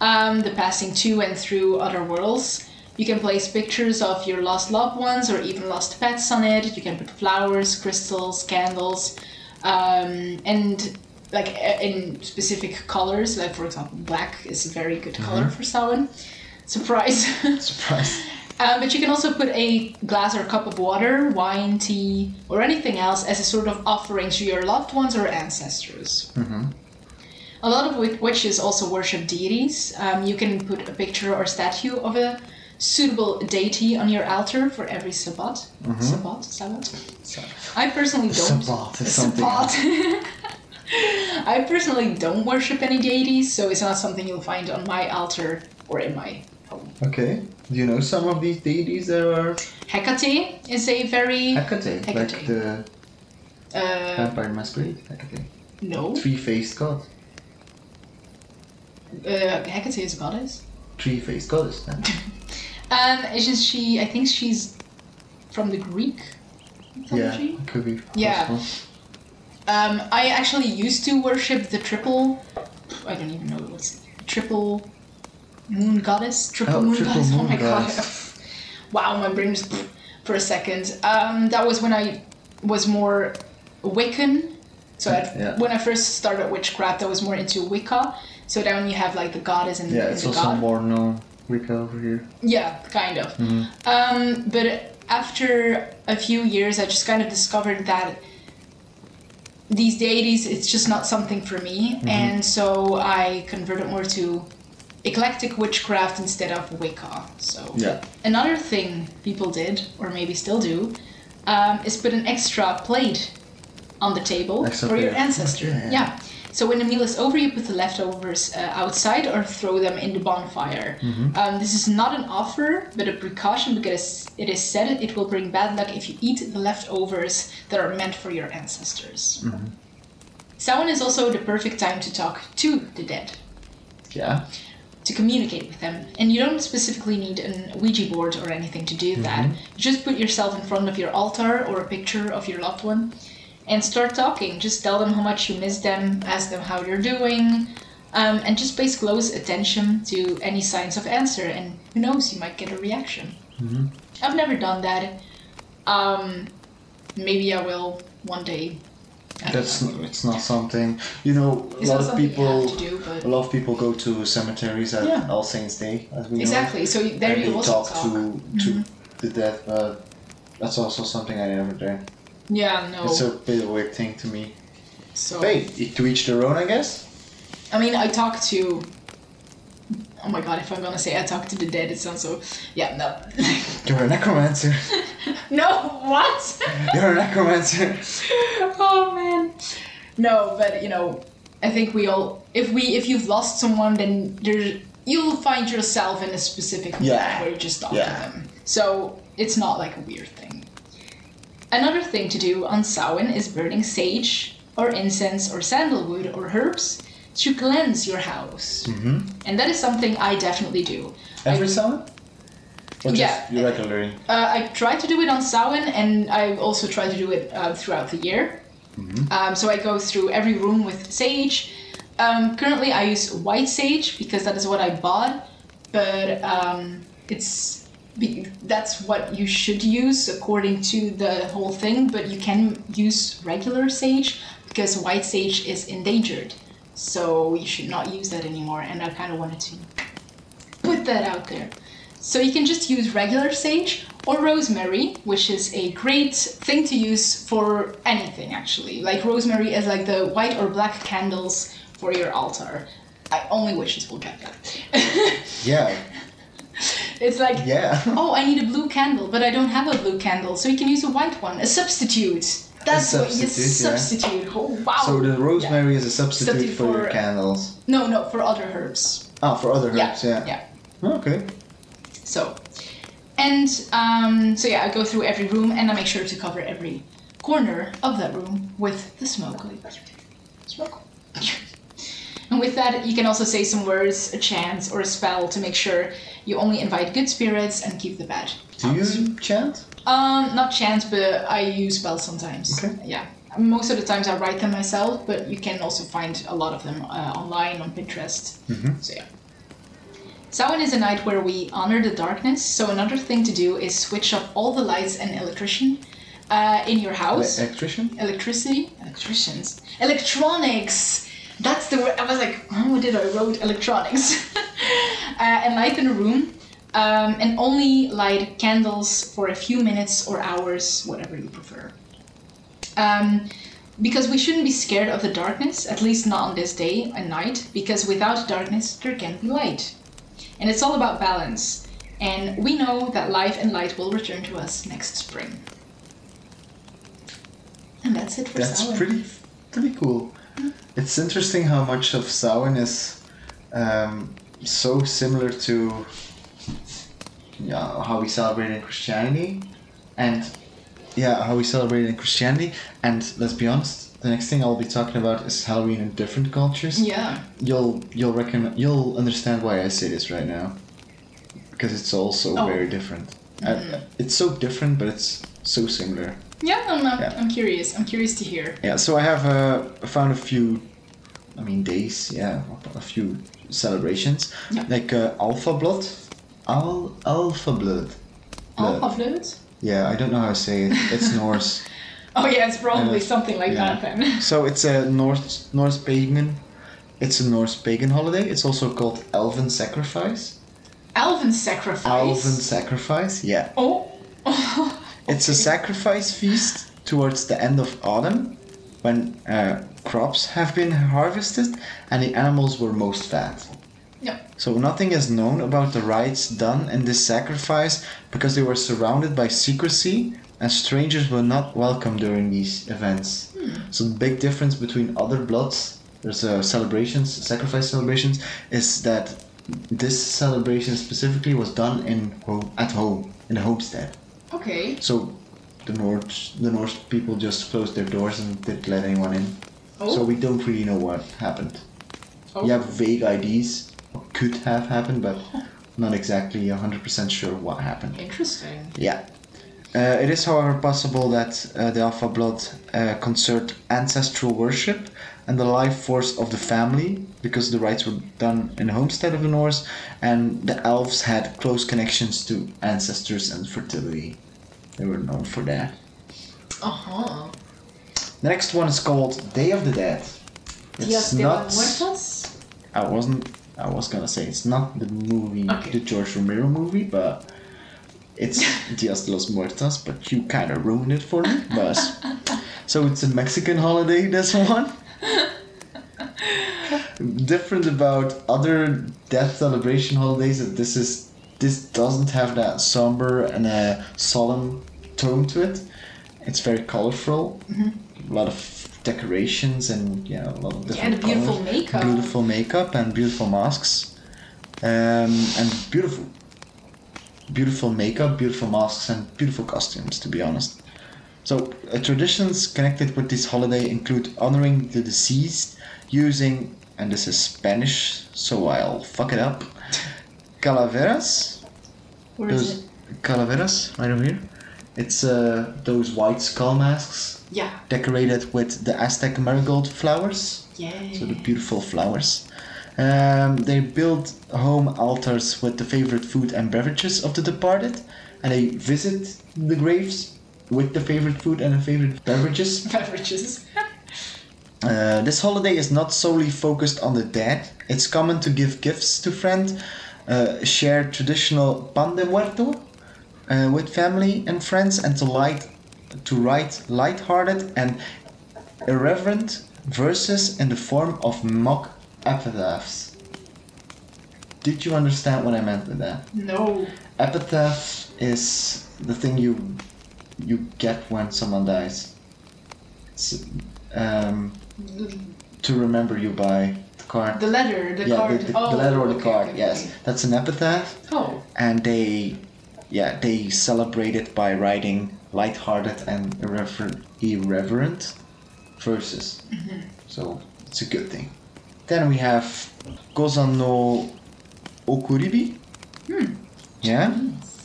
[SPEAKER 3] um, the passing to and through other worlds. You can place pictures of your lost loved ones or even lost pets on it. You can put flowers, crystals, candles, um, and like uh, in specific colors. Like for example, black is a very good color for Samhain. Surprise!
[SPEAKER 2] Surprise.
[SPEAKER 3] Um, but you can also put a glass or cup of water, wine, tea, or anything else as a sort of offering to your loved ones or ancestors. Mm-hmm. A lot of wi- witches also worship deities. Um, you can put a picture or statue of a suitable deity on your altar for every Sabbat. Sabbat? Sabbat?
[SPEAKER 2] Sorry.
[SPEAKER 3] I personally don't.
[SPEAKER 2] Mm-hmm. Sabbat is
[SPEAKER 3] It's
[SPEAKER 2] something else.
[SPEAKER 3] I personally don't worship any deities, so it's not something you'll find on my altar or in my home.
[SPEAKER 2] Okay. Do you know some of these deities that are
[SPEAKER 3] Hecate is a very
[SPEAKER 2] Hecate, like
[SPEAKER 3] Hecate.
[SPEAKER 2] the
[SPEAKER 3] Uh,
[SPEAKER 2] vampire masquerade Hecate,
[SPEAKER 3] no.
[SPEAKER 2] three-faced god,
[SPEAKER 3] Uh, Hecate is a goddess.
[SPEAKER 2] three-faced goddess. Then.
[SPEAKER 3] Um, isn't she? I think she's from the Greek
[SPEAKER 2] yeah,
[SPEAKER 3] mythology.
[SPEAKER 2] it could be.
[SPEAKER 3] Yeah.
[SPEAKER 2] possible.
[SPEAKER 3] Um, I actually used to worship the triple. I don't even know what's triple moon goddess. Triple
[SPEAKER 2] Oh,
[SPEAKER 3] moon
[SPEAKER 2] triple
[SPEAKER 3] goddess. oh
[SPEAKER 2] moon
[SPEAKER 3] my
[SPEAKER 2] goddess.
[SPEAKER 3] god! wow, my brain just for a second. Um, that was when I was more Wiccan. So I,
[SPEAKER 2] Yeah.
[SPEAKER 3] when I first started witchcraft, I was more into Wicca. So then you have like the goddess and,
[SPEAKER 2] Yeah,
[SPEAKER 3] and
[SPEAKER 2] it's
[SPEAKER 3] the
[SPEAKER 2] also
[SPEAKER 3] god.
[SPEAKER 2] more known. Wicca over here.
[SPEAKER 3] Yeah, kind of. Um, but after a few years, I just kind of discovered that these deities, it's just not something for me. And so I converted more to eclectic witchcraft instead of Wicca. So
[SPEAKER 2] Yeah.
[SPEAKER 3] another thing people did, or maybe still do, um, is put an extra plate on the table
[SPEAKER 2] Extra
[SPEAKER 3] for your
[SPEAKER 2] plate.
[SPEAKER 3] ancestor.
[SPEAKER 2] Okay.
[SPEAKER 3] Yeah. So when the meal is over, you put the leftovers uh, outside or throw them in the bonfire.
[SPEAKER 2] Mm-hmm.
[SPEAKER 3] Um, this is not an offer, but a precaution because it is said it will bring bad luck if you eat the leftovers that are meant for your ancestors.
[SPEAKER 2] Mm-hmm.
[SPEAKER 3] Samhain is also the perfect time to talk to the dead.
[SPEAKER 2] Yeah.
[SPEAKER 3] to communicate with them. And you don't specifically need an Ouija board or anything to do
[SPEAKER 2] Mm-hmm.
[SPEAKER 3] that. You just put yourself in front of your altar or a picture of your loved one and start talking. Just tell them how much you miss them, ask them how they're doing, um, and just pay close attention to any signs of answer. And who knows, you might get a reaction.
[SPEAKER 2] Mm-hmm.
[SPEAKER 3] I've never done that. Um, maybe I will one day. I don't
[SPEAKER 2] That's
[SPEAKER 3] know.
[SPEAKER 2] n- it's not something you know. A
[SPEAKER 3] It's
[SPEAKER 2] lot
[SPEAKER 3] not
[SPEAKER 2] of
[SPEAKER 3] something you have
[SPEAKER 2] people,
[SPEAKER 3] to do, but-
[SPEAKER 2] a lot of people go to cemeteries at
[SPEAKER 3] Yeah.
[SPEAKER 2] All Saints Day, as we know.
[SPEAKER 3] exactly. So you- there
[SPEAKER 2] and
[SPEAKER 3] you
[SPEAKER 2] they
[SPEAKER 3] also
[SPEAKER 2] talk
[SPEAKER 3] talk.
[SPEAKER 2] to to
[SPEAKER 3] Mm-hmm.
[SPEAKER 2] the death. But that's also something I never did.
[SPEAKER 3] Yeah, no.
[SPEAKER 2] It's a bit weird thing to me.
[SPEAKER 3] so
[SPEAKER 2] Hey, to each their own, I guess.
[SPEAKER 3] I mean, I talk to. Oh my god! If I'm gonna say I talk to the dead, it sounds so. Yeah, no.
[SPEAKER 2] You're a necromancer.
[SPEAKER 3] no, what?
[SPEAKER 2] You're a necromancer.
[SPEAKER 3] oh man. No, but you know, I think we all. If we, if you've lost someone, then there you'll find yourself in a specific moment
[SPEAKER 2] Yeah.
[SPEAKER 3] where you just talk
[SPEAKER 2] Yeah.
[SPEAKER 3] to them. So it's not like a weird thing. Another thing to do on Samhain is burning sage or incense or sandalwood or herbs to cleanse your house. Mm-hmm. And that is something I definitely do.
[SPEAKER 2] Every
[SPEAKER 3] I,
[SPEAKER 2] summer. Or
[SPEAKER 3] Yeah.
[SPEAKER 2] just regularly.
[SPEAKER 3] uh, I try to do it on Samhain, and I also try to do it uh, throughout the year. Um, so I go through every room with sage. Um, currently, I use white sage because that is what I bought, but um, it's be- that's what you should use according to the whole thing. But you can use regular sage because white sage is endangered, so you should not use that anymore. And I kind of wanted to put that out there. So you can just use regular sage or rosemary, which is a great thing to use for anything actually. Like rosemary is like the white or black candles for your altar. I only wishes will get that.
[SPEAKER 2] Yeah.
[SPEAKER 3] it's like
[SPEAKER 2] Yeah.
[SPEAKER 3] oh, I need a blue candle, but I don't have a blue candle, so you can use a white one, a substitute. That's what you
[SPEAKER 2] substitute, yeah.
[SPEAKER 3] substitute. Oh wow.
[SPEAKER 2] So the
[SPEAKER 3] Yeah.
[SPEAKER 2] rosemary is a substitute,
[SPEAKER 3] Substitute
[SPEAKER 2] for, your
[SPEAKER 3] for-
[SPEAKER 2] candles.
[SPEAKER 3] No, no, for other herbs.
[SPEAKER 2] Ah, for other herbs, yeah.
[SPEAKER 3] Yeah.
[SPEAKER 2] Okay.
[SPEAKER 3] So, and um, so yeah, I go through every room and I make sure to cover every corner of that room with the smoke. Smoke. And with that, you can also say some words, a chant, or a spell to make sure you only invite good spirits and keep the bad.
[SPEAKER 2] Do you chant?
[SPEAKER 3] Um, not chant, but I use spells sometimes.
[SPEAKER 2] Okay.
[SPEAKER 3] Yeah. Most of the times I write them myself, but you can also find a lot of them uh, online on Pinterest. So yeah. Samhain is a night where we honor the darkness. So another thing to do is switch off all the lights and electrician uh, in your house.
[SPEAKER 2] Electrician?
[SPEAKER 3] Electricity, electricians, electronics. That's the word. I was like, oh, what did I wrote? Electronics. uh, and light in the room, um, and only light candles for a few minutes or hours, whatever you prefer. Um, because we shouldn't be scared of the darkness, at least not on this day and night. Because without darkness, there can be light, and it's all about balance. And we know that life and light will return to us next spring. And that's it for
[SPEAKER 2] That's
[SPEAKER 3] Samhain.
[SPEAKER 2] pretty pretty cool. It's interesting how much of Samhain is um, so similar to yeah, how we celebrate in Christianity and yeah, how we celebrate in Christianity and let's be honest, the next thing I'll be talking about is Halloween in different cultures.
[SPEAKER 3] Yeah.
[SPEAKER 2] You'll you'll reckon you'll understand why I say this right now, because it's also
[SPEAKER 3] Oh. Mm.
[SPEAKER 2] very different. I- it's so different, but it's so similar.
[SPEAKER 3] Yeah, I'm, I'm,
[SPEAKER 2] Yeah.
[SPEAKER 3] I'm curious. I'm curious to hear.
[SPEAKER 2] Yeah. So I have uh, found a few, I mean days. Yeah, a few celebrations
[SPEAKER 3] Yeah.
[SPEAKER 2] like uh, Alpha Blood, Al Alpha Blood.
[SPEAKER 3] All
[SPEAKER 2] Blood.
[SPEAKER 3] of those?
[SPEAKER 2] Yeah, I don't know how to say it. It's Norse.
[SPEAKER 3] Oh yeah, it's probably
[SPEAKER 2] Yeah.
[SPEAKER 3] something like
[SPEAKER 2] Yeah.
[SPEAKER 3] that then.
[SPEAKER 2] So it's a Norse Norse pagan. It's a Norse pagan holiday. It's also called Elven Sacrifice.
[SPEAKER 3] Alvin sacrifice.
[SPEAKER 2] Alvin sacrifice? Yeah.
[SPEAKER 3] Oh.
[SPEAKER 2] It's a sacrifice feast towards the end of autumn when uh, crops have been harvested and the animals were most fat.
[SPEAKER 3] yeah.
[SPEAKER 2] So nothing is known about the rites done in this sacrifice because they were surrounded by secrecy and strangers were not welcome during these events. So the big difference between other bloods, there's uh, celebrations, sacrifice celebrations, is that this celebration specifically was done in home, at home in the homestead.
[SPEAKER 3] Okay.
[SPEAKER 2] So the Norse the Norse people just closed their doors and didn't let anyone in.
[SPEAKER 3] Oh.
[SPEAKER 2] So we don't really know what happened.
[SPEAKER 3] Oh.
[SPEAKER 2] We have vague ideas could have happened, but not exactly 100% sure what happened.
[SPEAKER 3] Interesting.
[SPEAKER 2] Yeah. Uh, it is, however, possible that uh, the Alpha Blood uh, concerned ancestral worship and the life force of the family, because the rites were done in the homestead of the Norse, and the elves had close connections to ancestors and fertility. They were known for that.
[SPEAKER 3] Uh huh.
[SPEAKER 2] The next one is called Day of the Dead. It's
[SPEAKER 3] Dios de
[SPEAKER 2] not.
[SPEAKER 3] los Muertos?
[SPEAKER 2] I wasn't. I was gonna say it's not the movie,
[SPEAKER 3] Okay.
[SPEAKER 2] the George Romero movie, but it's Dios de los Muertos. But you kind of ruined it for me. But so it's a Mexican holiday. This one. Different about other death celebration holidays that this is this doesn't have that somber and uh, solemn tone to it. It's very colorful,
[SPEAKER 3] Mm-hmm.
[SPEAKER 2] a lot of decorations and yeah, a lot of different
[SPEAKER 3] Yeah, the beautiful
[SPEAKER 2] colours
[SPEAKER 3] makeup.
[SPEAKER 2] beautiful makeup and beautiful masks um, and beautiful beautiful makeup beautiful masks and beautiful costumes to be honest so uh, traditions connected with this holiday include honoring the deceased using and this is spanish so i'll fuck it up calaveras
[SPEAKER 3] Where is
[SPEAKER 2] those
[SPEAKER 3] it?
[SPEAKER 2] calaveras right over here it's uh, those white skull masks
[SPEAKER 3] Yeah.
[SPEAKER 2] decorated with the aztec marigold flowers
[SPEAKER 3] Yeah.
[SPEAKER 2] so the beautiful flowers. Um, they build home altars with the favorite food and beverages of the departed, and they visit the graves with the favorite food and the favorite beverages.
[SPEAKER 3] Beverages.
[SPEAKER 2] Uh, this holiday is not solely focused on the dead. It's common to give gifts to friends, uh, share traditional pan de muerto uh, with family and friends, and to light to write light-hearted and irreverent verses in the form of mock epitaphs. Did you understand what I meant with that?
[SPEAKER 3] no.
[SPEAKER 2] Epitaph is the thing you you get when someone dies. It's, um, to remember you by the card.
[SPEAKER 3] The letter, the
[SPEAKER 2] yeah,
[SPEAKER 3] card.
[SPEAKER 2] The, the,
[SPEAKER 3] oh,
[SPEAKER 2] the letter or the
[SPEAKER 3] okay,
[SPEAKER 2] card.
[SPEAKER 3] okay,
[SPEAKER 2] Yes,
[SPEAKER 3] okay.
[SPEAKER 2] that's an epitaph,
[SPEAKER 3] Oh,
[SPEAKER 2] and they, yeah, they celebrate it by writing light-hearted and irreverent, irreverent verses. So it's a good thing. Then we have Gozan no Okuribi. Yeah,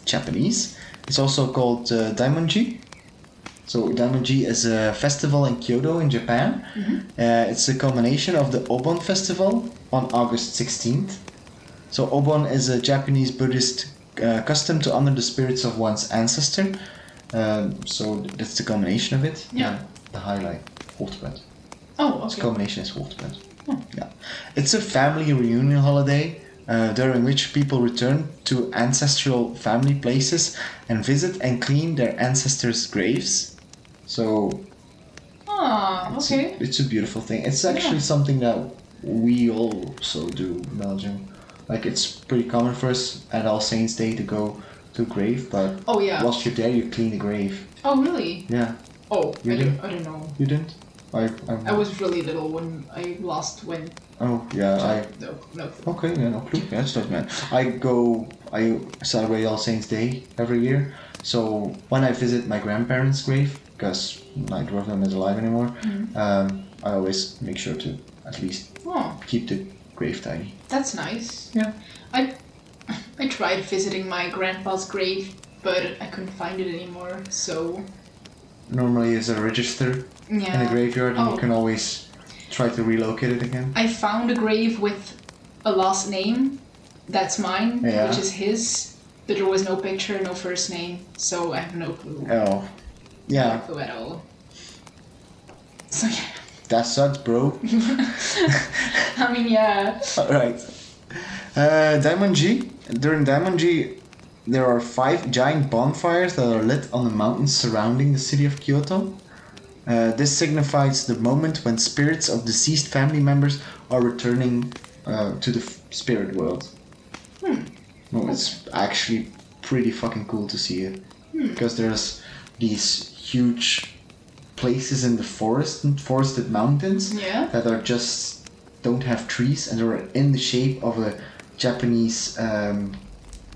[SPEAKER 2] Japanese. It's also called uh, Daimonji. So Daimonji is a festival in Kyoto in Japan. Uh, it's a culmination of the Obon festival on August 16th. So Obon is a Japanese Buddhist uh, custom to honor the spirits of one's ancestor. Um, so that's the culmination of it.
[SPEAKER 3] Yeah.
[SPEAKER 2] the highlight. Hoogtepunt.
[SPEAKER 3] oh,
[SPEAKER 2] Its
[SPEAKER 3] okay.
[SPEAKER 2] culmination is Waterpunt. Yeah. It's a family reunion holiday uh, during which people return to ancestral family places and visit and clean their ancestors' graves. So
[SPEAKER 3] Ah,
[SPEAKER 2] it's,
[SPEAKER 3] okay.
[SPEAKER 2] a, it's a beautiful thing. It's actually something that we also do in Belgium. Like it's pretty common for us at All Saints Day to go to a grave, but
[SPEAKER 3] Oh yeah.
[SPEAKER 2] whilst you're there, you clean the grave.
[SPEAKER 3] Oh really?
[SPEAKER 2] Yeah,
[SPEAKER 3] Oh,
[SPEAKER 2] You
[SPEAKER 3] I
[SPEAKER 2] do?
[SPEAKER 3] don't, I don't know.
[SPEAKER 2] you didn't? I, I,
[SPEAKER 3] I was really little when I last went.
[SPEAKER 2] Oh yeah, I
[SPEAKER 3] No, no. clue.
[SPEAKER 2] Okay, yeah, no clue. Yeah, that's not man. I go, I celebrate All Saints Day every year. So when I visit my grandparents' grave, because neither of them is alive anymore,
[SPEAKER 3] Mm-hmm.
[SPEAKER 2] um, I always make sure to at least
[SPEAKER 3] Oh,
[SPEAKER 2] keep the grave tidy.
[SPEAKER 3] that's nice.
[SPEAKER 2] Yeah.
[SPEAKER 3] I I tried visiting my grandpa's grave, but I couldn't find it anymore. So
[SPEAKER 2] Normally, there's a register in
[SPEAKER 3] yeah.
[SPEAKER 2] the graveyard, and
[SPEAKER 3] Oh.
[SPEAKER 2] you can always try to relocate it again.
[SPEAKER 3] I found a grave with a last name. That's mine,
[SPEAKER 2] Yeah.
[SPEAKER 3] which is his. But there was no picture, no first name, so I have no clue.
[SPEAKER 2] Oh,
[SPEAKER 3] No
[SPEAKER 2] yeah,
[SPEAKER 3] clue at all. So yeah.
[SPEAKER 2] that sucks, bro.
[SPEAKER 3] I mean, yeah.
[SPEAKER 2] Alright. Uh, Diamond G. During Diamond G, there are five giant bonfires that are lit on the mountains surrounding the city of Kyoto. Uh, this signifies the moment when spirits of deceased family members are returning uh, to the f- spirit world. No, it's actually pretty fucking cool to see it. Because there's these huge places in the forest, forested mountains
[SPEAKER 3] Yeah.
[SPEAKER 2] that are just don't have trees and they're in the shape of a Japanese um,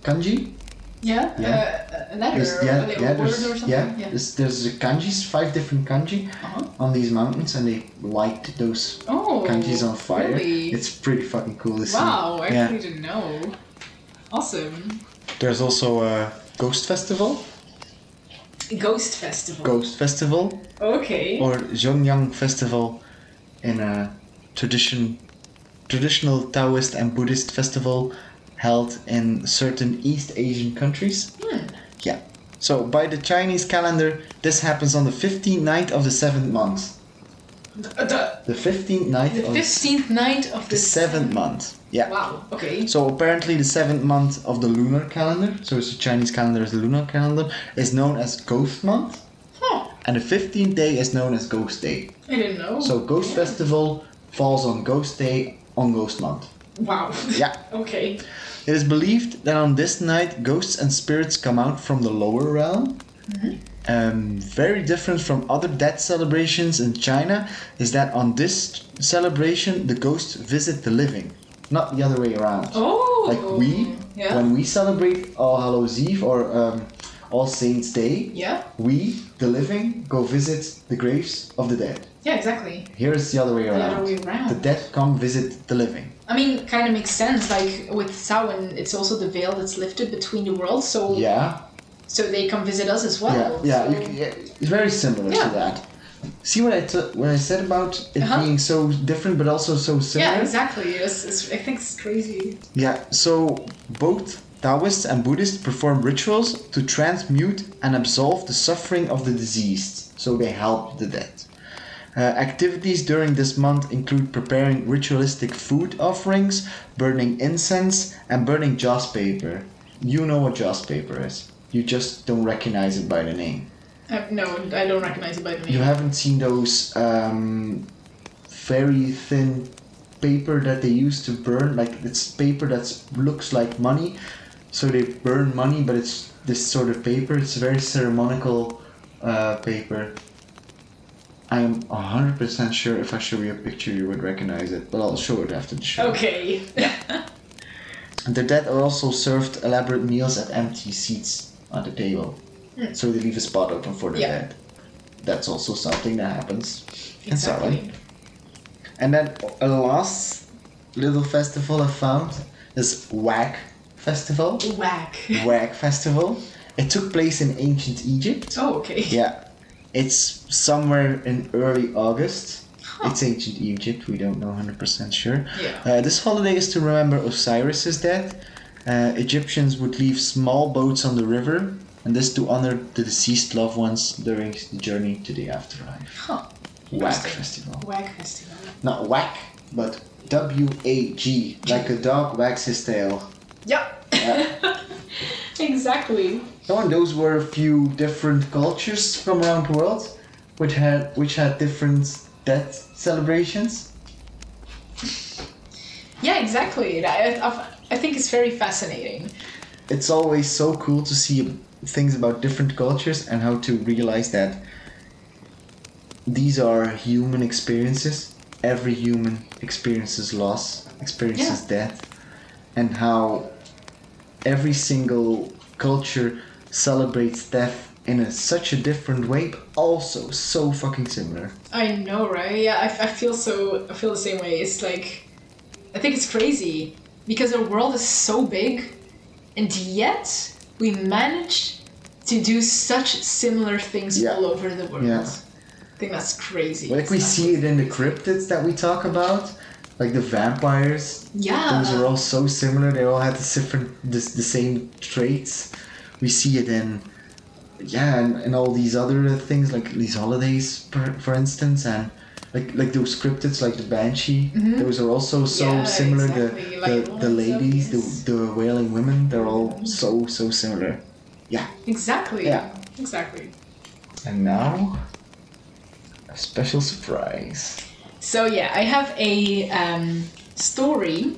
[SPEAKER 2] kanji.
[SPEAKER 3] Yeah,
[SPEAKER 2] Yeah.
[SPEAKER 3] Uh, a letter,
[SPEAKER 2] There's-
[SPEAKER 3] or a little word
[SPEAKER 2] there's,
[SPEAKER 3] or something.
[SPEAKER 2] yeah, There's, there's a kanjis, five different kanji
[SPEAKER 3] Uh-huh.
[SPEAKER 2] on these mountains, and they light those
[SPEAKER 3] Oh,
[SPEAKER 2] Kanji's on fire.
[SPEAKER 3] really?
[SPEAKER 2] It's pretty fucking cool to see.
[SPEAKER 3] Wow, I
[SPEAKER 2] Yeah.
[SPEAKER 3] actually didn't know. Awesome.
[SPEAKER 2] There's also a Ghost Festival,
[SPEAKER 3] Ghost Festival.
[SPEAKER 2] Ghost Oh. Festival,
[SPEAKER 3] Okay.
[SPEAKER 2] or Zhongyang Festival, in a tradition, traditional Taoist and Buddhist festival held in certain East Asian countries.
[SPEAKER 3] Hmm.
[SPEAKER 2] Yeah. So by the Chinese calendar, this happens on the 15th night of the seventh month.
[SPEAKER 3] The,
[SPEAKER 2] The 15th night
[SPEAKER 3] the
[SPEAKER 2] of the s-
[SPEAKER 3] 15th night
[SPEAKER 2] Oh.
[SPEAKER 3] of
[SPEAKER 2] the
[SPEAKER 3] the
[SPEAKER 2] seventh month. Yeah.
[SPEAKER 3] Wow, okay.
[SPEAKER 2] So apparently, the seventh month of the lunar calendar, so it's the Chinese calendar is the lunar calendar, is known as Ghost Month,
[SPEAKER 3] Huh.
[SPEAKER 2] and the 15th day is known as Ghost Day.
[SPEAKER 3] I didn't know.
[SPEAKER 2] So Ghost Festival falls on Ghost Day on Ghost Month.
[SPEAKER 3] Wow.
[SPEAKER 2] Yeah.
[SPEAKER 3] okay.
[SPEAKER 2] It is believed that on this night, ghosts and spirits come out from the lower realm.
[SPEAKER 3] Mm-hmm.
[SPEAKER 2] Um, very different from other death celebrations in China is that on this celebration, the ghosts visit the living, not the other way around.
[SPEAKER 3] Oh.
[SPEAKER 2] Like we,
[SPEAKER 3] Yeah.
[SPEAKER 2] when we celebrate All Hallows Eve or um, All Saints Day,
[SPEAKER 3] yeah.
[SPEAKER 2] we, the living, go visit the graves of the dead.
[SPEAKER 3] Yeah, exactly.
[SPEAKER 2] Here it's the other way
[SPEAKER 3] other
[SPEAKER 2] around.
[SPEAKER 3] way around.
[SPEAKER 2] The dead come visit the living.
[SPEAKER 3] I mean, kind of makes sense. Like with Samhain, it's also the veil that's lifted between the worlds, so
[SPEAKER 2] Yeah.
[SPEAKER 3] so they come visit us as well.
[SPEAKER 2] Yeah, yeah,
[SPEAKER 3] Oh, so-
[SPEAKER 2] you, c- yeah, it's very similar to
[SPEAKER 3] Yeah.
[SPEAKER 2] that. See what I t- what I said about it
[SPEAKER 3] Uh-huh.
[SPEAKER 2] being so different, but also so similar.
[SPEAKER 3] Yeah, exactly. It's, it's, I think it's crazy.
[SPEAKER 2] Yeah, so both Taoists and Buddhists perform rituals to transmute and absolve the suffering of the deceased, so they help the dead. Uh, activities during this month include preparing ritualistic food offerings, burning incense, and burning joss paper. You know what joss paper is. You just don't recognize it by the name.
[SPEAKER 3] I, no, I don't recognize it by the name.
[SPEAKER 2] You haven't seen those um, very thin paper that they use to burn, like it's paper that looks like money. So they burn money, but it's this sort of paper. It's very ceremonial uh, paper. I'm 100% sure if I show you a picture, you would recognize it, but I'll show it after the show.
[SPEAKER 3] Okay.
[SPEAKER 2] The dead are also served elaborate meals at empty seats on the table. So they leave a spot open for the
[SPEAKER 3] Hmm. Yeah.
[SPEAKER 2] dead. That's also something that happens in Samhain.
[SPEAKER 3] exactly.
[SPEAKER 2] And then a last little festival I found is Wag Festival.
[SPEAKER 3] Whack.
[SPEAKER 2] Wag Festival. It took place in ancient Egypt.
[SPEAKER 3] Oh, okay.
[SPEAKER 2] Yeah. It's somewhere in early August.
[SPEAKER 3] Huh.
[SPEAKER 2] It's ancient Egypt, we don't know 100% sure.
[SPEAKER 3] Yeah.
[SPEAKER 2] Uh, this holiday is to remember Osiris's death. Uh, Egyptians would leave small boats on the river, and this to honor the deceased loved ones during the journey to the afterlife.
[SPEAKER 3] Huh.
[SPEAKER 2] Wag
[SPEAKER 3] Interesting.
[SPEAKER 2] Festival
[SPEAKER 3] Whack festival.
[SPEAKER 2] not whack, but W A G, like a dog wags his tail.
[SPEAKER 3] Yep. exactly.
[SPEAKER 2] So, and those were a few different cultures from around the world, which had which had different death celebrations.
[SPEAKER 3] Yeah, exactly. I, I, I think it's very fascinating.
[SPEAKER 2] It's always so cool to see things about different cultures and how to realize that these are human experiences. Every human experiences loss, experiences death, and how every single culture celebrates death in a, such a different way, but also so fucking similar.
[SPEAKER 3] I know, right? Yeah, I, I feel so. I feel the same way. It's like, I think it's crazy because our world is so big, and yet we manage to do such similar things
[SPEAKER 2] Yeah.
[SPEAKER 3] all over the world.
[SPEAKER 2] Yeah.
[SPEAKER 3] I think that's crazy.
[SPEAKER 2] Like we
[SPEAKER 3] It's
[SPEAKER 2] see it in the cryptids that we talk about, like the vampires
[SPEAKER 3] Yeah.
[SPEAKER 2] Those are all so similar. They all have the different, the, the same traits. We see it in, yeah, and, and all these other things like these holidays, for, for instance, and like like those cryptids like the banshee. Those are also so
[SPEAKER 3] Mm-hmm. Yeah,
[SPEAKER 2] similar.
[SPEAKER 3] exactly,
[SPEAKER 2] The
[SPEAKER 3] like oh,
[SPEAKER 2] the,
[SPEAKER 3] all
[SPEAKER 2] the
[SPEAKER 3] that stuff,
[SPEAKER 2] ladies,
[SPEAKER 3] yes.
[SPEAKER 2] the the wailing women. They're
[SPEAKER 3] Mm-hmm.
[SPEAKER 2] all so so similar. Yeah.
[SPEAKER 3] Exactly.
[SPEAKER 2] Yeah.
[SPEAKER 3] Exactly.
[SPEAKER 2] And now, a special surprise.
[SPEAKER 3] So yeah, I have a um, story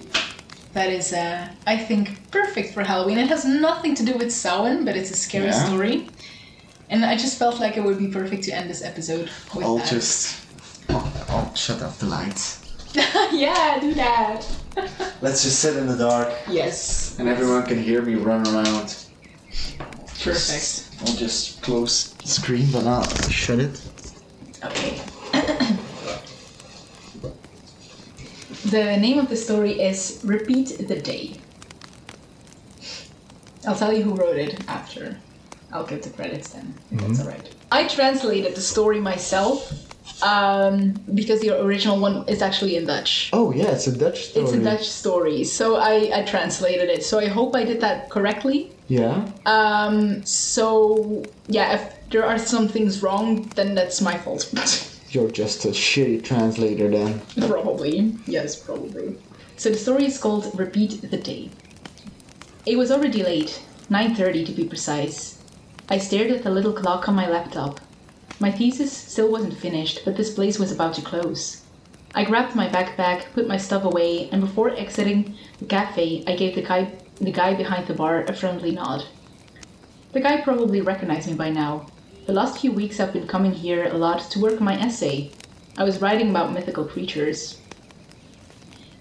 [SPEAKER 3] that is, uh, I think, perfect for Halloween. It has nothing to do with Samhain, but it's a scary
[SPEAKER 2] Yeah.
[SPEAKER 3] story. And I just felt like it would be perfect to end this episode with
[SPEAKER 2] I'll
[SPEAKER 3] that.
[SPEAKER 2] just, oh, I'll shut off the lights.
[SPEAKER 3] yeah, do that.
[SPEAKER 2] Let's just sit in the dark.
[SPEAKER 3] Yes.
[SPEAKER 2] And everyone can hear me run around.
[SPEAKER 3] Perfect.
[SPEAKER 2] I'll just close the screen, but not shut it.
[SPEAKER 3] Okay. The name of the story is Repeat the Day. I'll tell you who wrote it after. I'll give the credits then, if that's alright. I translated the story myself um, because the original one is actually in Dutch.
[SPEAKER 2] Oh yeah, it's a Dutch story.
[SPEAKER 3] It's a Dutch story, so I, I translated it. So I hope I did that correctly.
[SPEAKER 2] Yeah.
[SPEAKER 3] Um, so, yeah, if there are some things wrong, then that's my fault.
[SPEAKER 2] You're just a shitty translator then.
[SPEAKER 3] probably. Yes, probably. So the story is called Repeat the Day. It was already late, 9:30 to be precise. I stared at the little clock on my laptop. My thesis still wasn't finished, but this place was about to close. I grabbed my backpack, put my stuff away, and before exiting the cafe, I gave the guy, the guy behind the bar a friendly nod. The guy probably recognized me by now. The last few weeks I've been coming here a lot to work on my essay. I was writing about mythical creatures.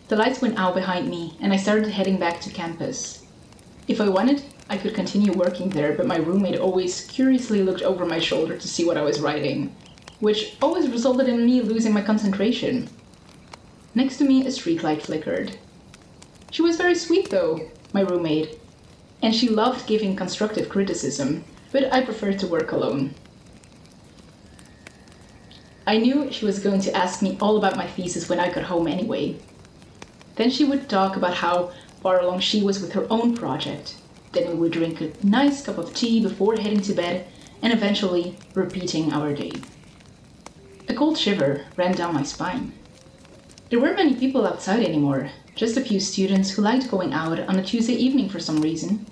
[SPEAKER 3] The lights went out behind me, and I started heading back to campus. If I wanted, I could continue working there, but my roommate always curiously looked over my shoulder to see what I was writing, which always resulted in me losing my concentration. Next to me, a streetlight flickered. She was very sweet, though, my roommate, and she loved giving constructive criticism, but I preferred to work alone. I knew she was going to ask me all about my thesis when I got home anyway. Then she would talk about how far along she was with her own project. Then we would drink a nice cup of tea before heading to bed and eventually repeating our day. A cold shiver ran down my spine. There weren't many people outside anymore, just a few students who liked going out on a Tuesday evening for some reason.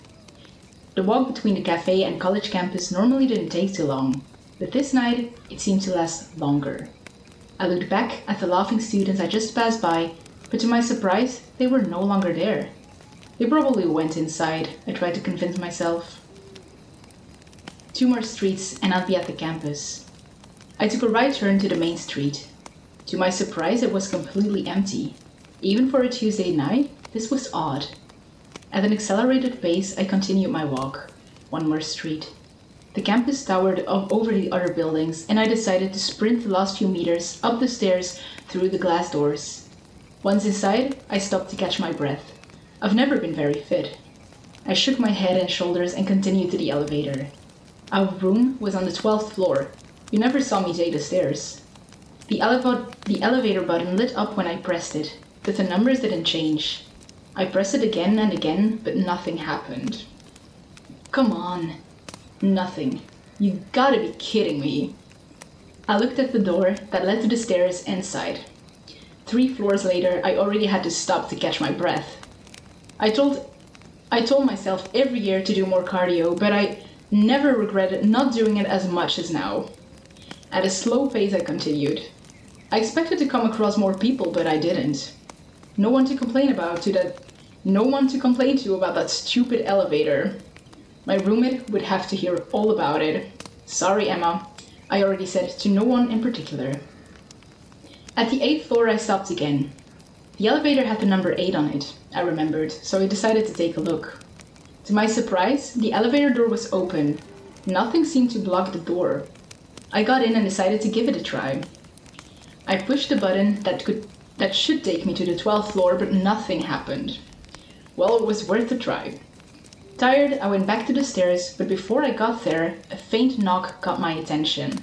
[SPEAKER 3] The walk between the cafe and college campus normally didn't take too long, but this night it seemed to last longer. I looked back at the laughing students I just passed by, but to my surprise, they were no longer there. They probably went inside, I tried to convince myself. Two more streets and I'd be at the campus. I took a right turn to the main street. To my surprise, it was completely empty. Even for a Tuesday night, this was odd. At an accelerated pace, I continued my walk. One more street. The campus towered up over the other buildings, and I decided to sprint the last few meters up the stairs through the glass doors. Once inside, I stopped to catch my breath. I've never been very fit. I shook my head and shoulders and continued to the elevator. Our room was on the 12th floor. You never saw me take the stairs. The, elev- the elevator button lit up when I pressed it, but the numbers didn't change. I pressed it again and again, but nothing happened. Come on. Nothing. You gotta be kidding me. I looked at the door that led to the stairs and sighed. Three floors later, I already had to stop to catch my breath. I told I told myself every year to do more cardio, but I never regretted not doing it as much as now. At a slow pace, I continued. I expected to come across more people, but I didn't. No one to complain about to that. No one to complain to about that stupid elevator. My roommate would have to hear all about it. Sorry, Emma. I already said to no one in particular. At the eighth floor, I stopped again. The elevator had the number 8 on it, I remembered, so I decided to take a look. To my surprise, the elevator door was open. Nothing seemed to block the door. I got in and decided to give it a try. I pushed the button that could that should take me to the 12th floor, but nothing happened. Well, it was worth a try. Tired, I went back to the stairs, but before I got there, a faint knock caught my attention.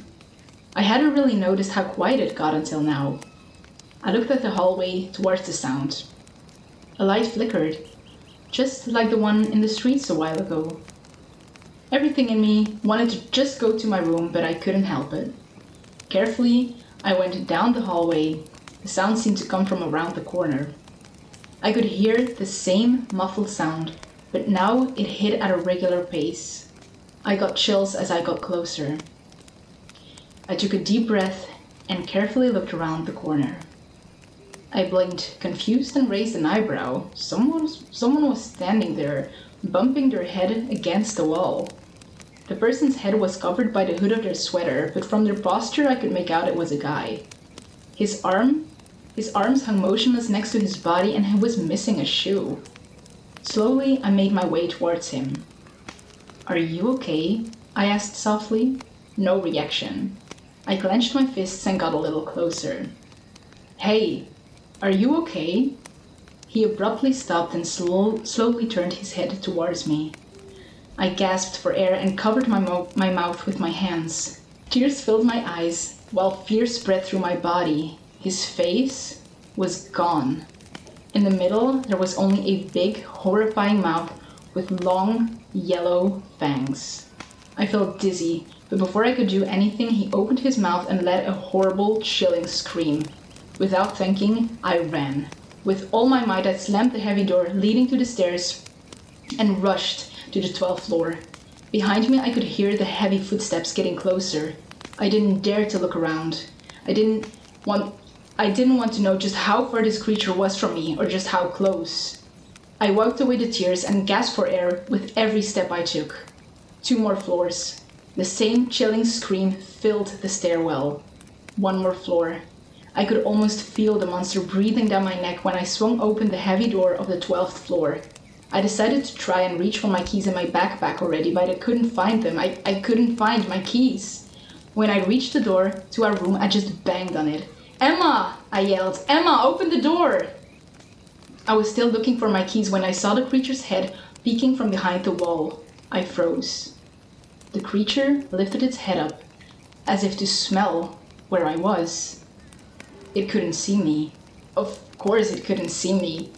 [SPEAKER 3] I hadn't really noticed how quiet it got until now. I looked at the hallway towards the sound. A light flickered, just like the one in the streets a while ago. Everything in me wanted to just go to my room, but I couldn't help it. Carefully, I went down the hallway. The sound seemed to come from around the corner. I could hear the same muffled sound, but now it hit at a regular pace. I got chills as I got closer. I took a deep breath and carefully looked around the corner. I blinked, confused, and raised an eyebrow. Someone was, someone was standing there, bumping their head against the wall. The person's head was covered by the hood of their sweater, but from their posture I could make out it was a guy. His arm, his arms hung motionless next to his body, and he was missing a shoe. Slowly, I made my way towards him. Are you okay? I asked softly. No reaction. I clenched my fists and got a little closer. Hey, Are you okay? He abruptly stopped and slow, slowly turned his head towards me. I gasped for air and covered my, mo- my mouth with my hands. Tears filled my eyes while fear spread through my body. His face was gone. In the middle, there was only a big, horrifying mouth with long, yellow fangs. I felt dizzy, but before I could do anything, he opened his mouth and let a horrible, chilling scream. Without thinking, I ran. With all my might, I slammed the heavy door leading to the stairs and rushed to the 12th floor. Behind me, I could hear the heavy footsteps getting closer. I didn't dare to look around. I didn't want I didn't want to know just how far this creature was from me or just how close. I wiped away the tears and gasped for air with every step I took. Two more floors. The same chilling scream filled the stairwell. One more floor. I could almost feel the monster breathing down my neck when I swung open the heavy door of the 12th floor. I decided to try and reach for my keys in my backpack already, but I couldn't find them. I, I couldn't find my keys. When I reached the door to our room, I just banged on it. Emma! I yelled. Emma, open the door! I was still looking for my keys when I saw the creature's head peeking from behind the wall. I froze. The creature lifted its head up, as if to smell where I was. It couldn't see me. Of course, it couldn't see me.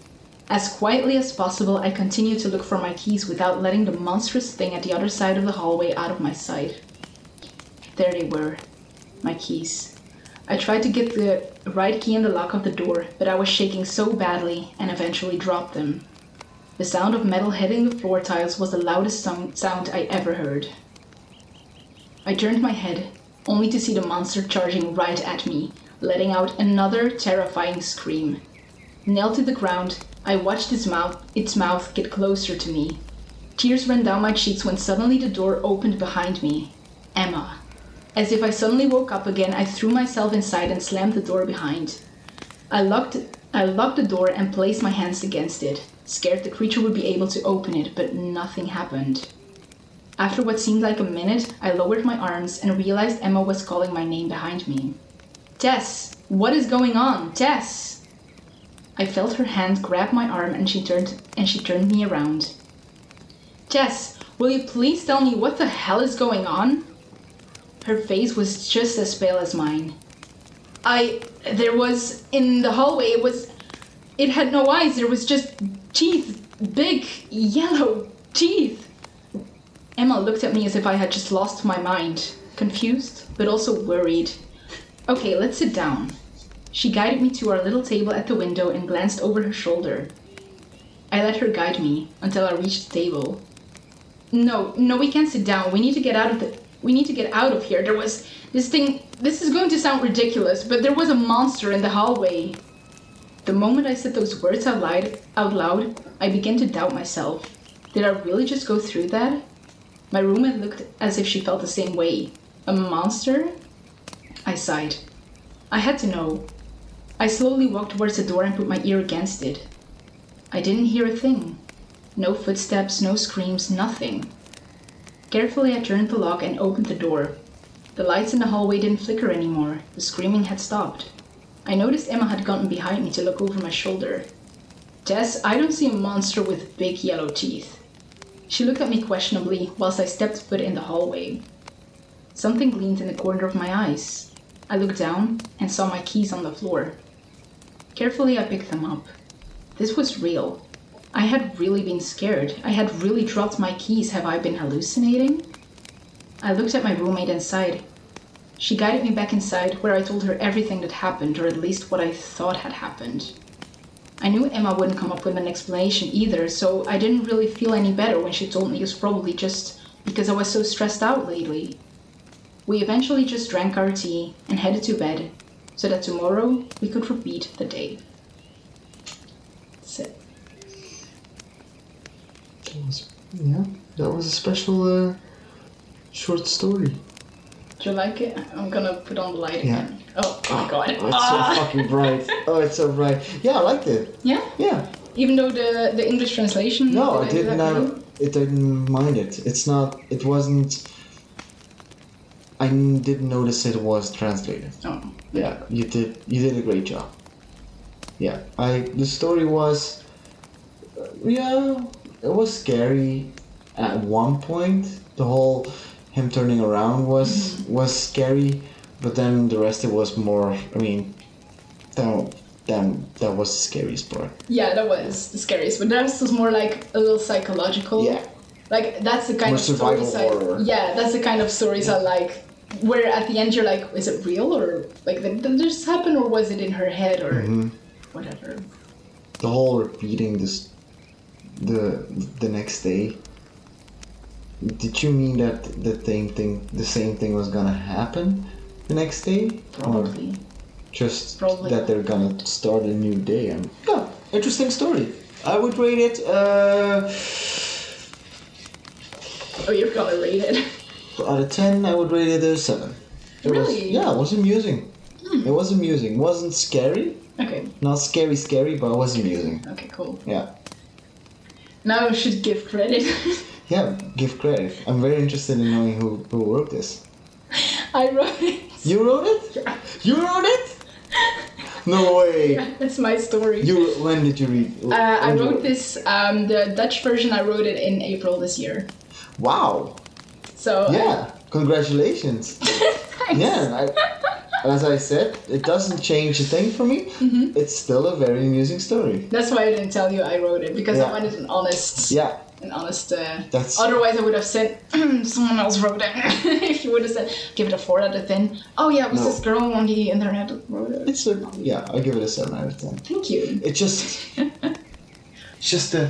[SPEAKER 3] As quietly as possible, I continued to look for my keys without letting the monstrous thing at the other side of the hallway out of my sight. There they were, my keys. I tried to get the right key in the lock of the door, but I was shaking so badly and eventually dropped them. The sound of metal hitting the floor tiles was the loudest som- sound I ever heard. I turned my head, only to see the monster charging right at me, letting out another terrifying scream. Nailed to the ground, I watched its mouth, its mouth get closer to me. Tears ran down my cheeks when suddenly the door opened behind me. Emma. As if I suddenly woke up again, I threw myself inside and slammed the door behind. I locked, I locked the door and placed my hands against it, scared the creature would be able to open it, but nothing happened. After what seemed like a minute, I lowered my arms and realized Emma was calling my name behind me. Tess! What is going on? Tess! I felt her hand grab my arm and she turned and she turned me around. Jess, will you please tell me what the hell is going on? Her face was just as pale as mine. I there was in the hallway it was it had no eyes, there was just teeth, big yellow teeth. Emma looked at me as if I had just lost my mind, confused but also worried. Okay, let's sit down. She guided me to our little table at the window and glanced over her shoulder. I let her guide me until I reached the table. No, no, we can't sit down. We need to get out of the we need to get out of here. There was this thing this is going to sound ridiculous, but there was a monster in the hallway. The moment I said those words out loud, out loud, I began to doubt myself. Did I really just go through that? My roommate looked as if she felt the same way. A monster? I sighed. I had to know. I slowly walked towards the door and put my ear against it. I didn't hear a thing. No footsteps, no screams, nothing. Carefully, I turned the lock and opened the door. The lights in the hallway didn't flicker anymore. The screaming had stopped. I noticed Emma had gotten behind me to look over my shoulder. Tess, I don't see a monster with big yellow teeth. She looked at me questionably whilst I stepped foot in the hallway. Something gleamed in the corner of my eyes. I looked down and saw my keys on the floor. Carefully, I picked them up. This was real. I had really been scared. I had really dropped my keys. Have I been hallucinating? I looked at my roommate and sighed. She guided me back inside, where I told her everything that happened, or at least what I thought had happened. I knew Emma wouldn't come up with an explanation either, so I didn't really feel any better when she told me it was probably just because I was so stressed out lately. We eventually just drank our tea and headed to bed so that tomorrow we could repeat the day. That's it.
[SPEAKER 2] Yeah, that was a special uh, short story.
[SPEAKER 3] Do you like it? I'm gonna put on the light
[SPEAKER 2] Yeah.
[SPEAKER 3] again. Oh, my god.
[SPEAKER 2] Oh, it's
[SPEAKER 3] Ah.
[SPEAKER 2] so fucking bright. Oh, it's so bright. Yeah, I liked it.
[SPEAKER 3] Yeah?
[SPEAKER 2] Yeah.
[SPEAKER 3] Even though the, the English translation.
[SPEAKER 2] No, I didn't.
[SPEAKER 3] exactly-
[SPEAKER 2] I, it didn't mind it. It's not. It wasn't. I n- didn't notice it was translated.
[SPEAKER 3] Oh.
[SPEAKER 2] Yeah, you did. You did a great job. yeah, I the story was, uh, yeah, it was scary. At one point, the whole him turning around was was scary, but then the rest it was more. I mean, that that that was the scariest part.
[SPEAKER 3] Yeah, that was the scariest. But the rest was more like a little psychological.
[SPEAKER 2] Yeah.
[SPEAKER 3] Like that's the kind
[SPEAKER 2] More
[SPEAKER 3] of stories
[SPEAKER 2] survival
[SPEAKER 3] I,
[SPEAKER 2] horror.
[SPEAKER 3] Yeah, that's the kind of stories I like. Where at the end you're like, is it real or like did did this happen or was it in her head or
[SPEAKER 2] Mm-hmm.
[SPEAKER 3] whatever?
[SPEAKER 2] Um, the whole repeating this the the next day did you mean that the same thing the same thing was gonna happen the next day or
[SPEAKER 3] Probably.
[SPEAKER 2] just
[SPEAKER 3] Probably
[SPEAKER 2] that they're gonna start a new day and yeah interesting story i would rate it uh
[SPEAKER 3] Oh, you're gonna rate it.
[SPEAKER 2] out of 10 i would rate it a 7 it was,
[SPEAKER 3] Really? Hmm.
[SPEAKER 2] yeah it was amusing it was amusing wasn't scary
[SPEAKER 3] okay.
[SPEAKER 2] not scary scary but it was amusing
[SPEAKER 3] Okay. Cool.
[SPEAKER 2] yeah
[SPEAKER 3] Now we should give credit.
[SPEAKER 2] yeah give credit i'm very interested in knowing who who wrote this
[SPEAKER 3] I wrote it.
[SPEAKER 2] You wrote it?
[SPEAKER 3] Yeah.
[SPEAKER 2] You wrote it? No way.
[SPEAKER 3] That's my story.
[SPEAKER 2] You when did you read?
[SPEAKER 3] uh, I
[SPEAKER 2] when you-
[SPEAKER 3] wrote this. Um, the Dutch version. I wrote it in April this year.
[SPEAKER 2] Wow.
[SPEAKER 3] So uh, I-
[SPEAKER 2] Yeah. Congratulations.
[SPEAKER 3] Thanks.
[SPEAKER 2] Yeah. I, as I said, it doesn't change a thing for me.
[SPEAKER 3] Mm-hmm.
[SPEAKER 2] It's still a very amusing story.
[SPEAKER 3] That's why I didn't tell you I wrote it because
[SPEAKER 2] Yeah.
[SPEAKER 3] I wanted an honest,
[SPEAKER 2] Yeah.
[SPEAKER 3] an honest. Uh,
[SPEAKER 2] That's-
[SPEAKER 3] Otherwise, I would have said someone else wrote it. if you would have said, give it a four out of ten. Oh yeah, it was
[SPEAKER 2] No.
[SPEAKER 3] this girl on the internet that wrote it?
[SPEAKER 2] It's a yeah. I give it a seven out of ten.
[SPEAKER 3] Thank you.
[SPEAKER 2] It just. it's just a.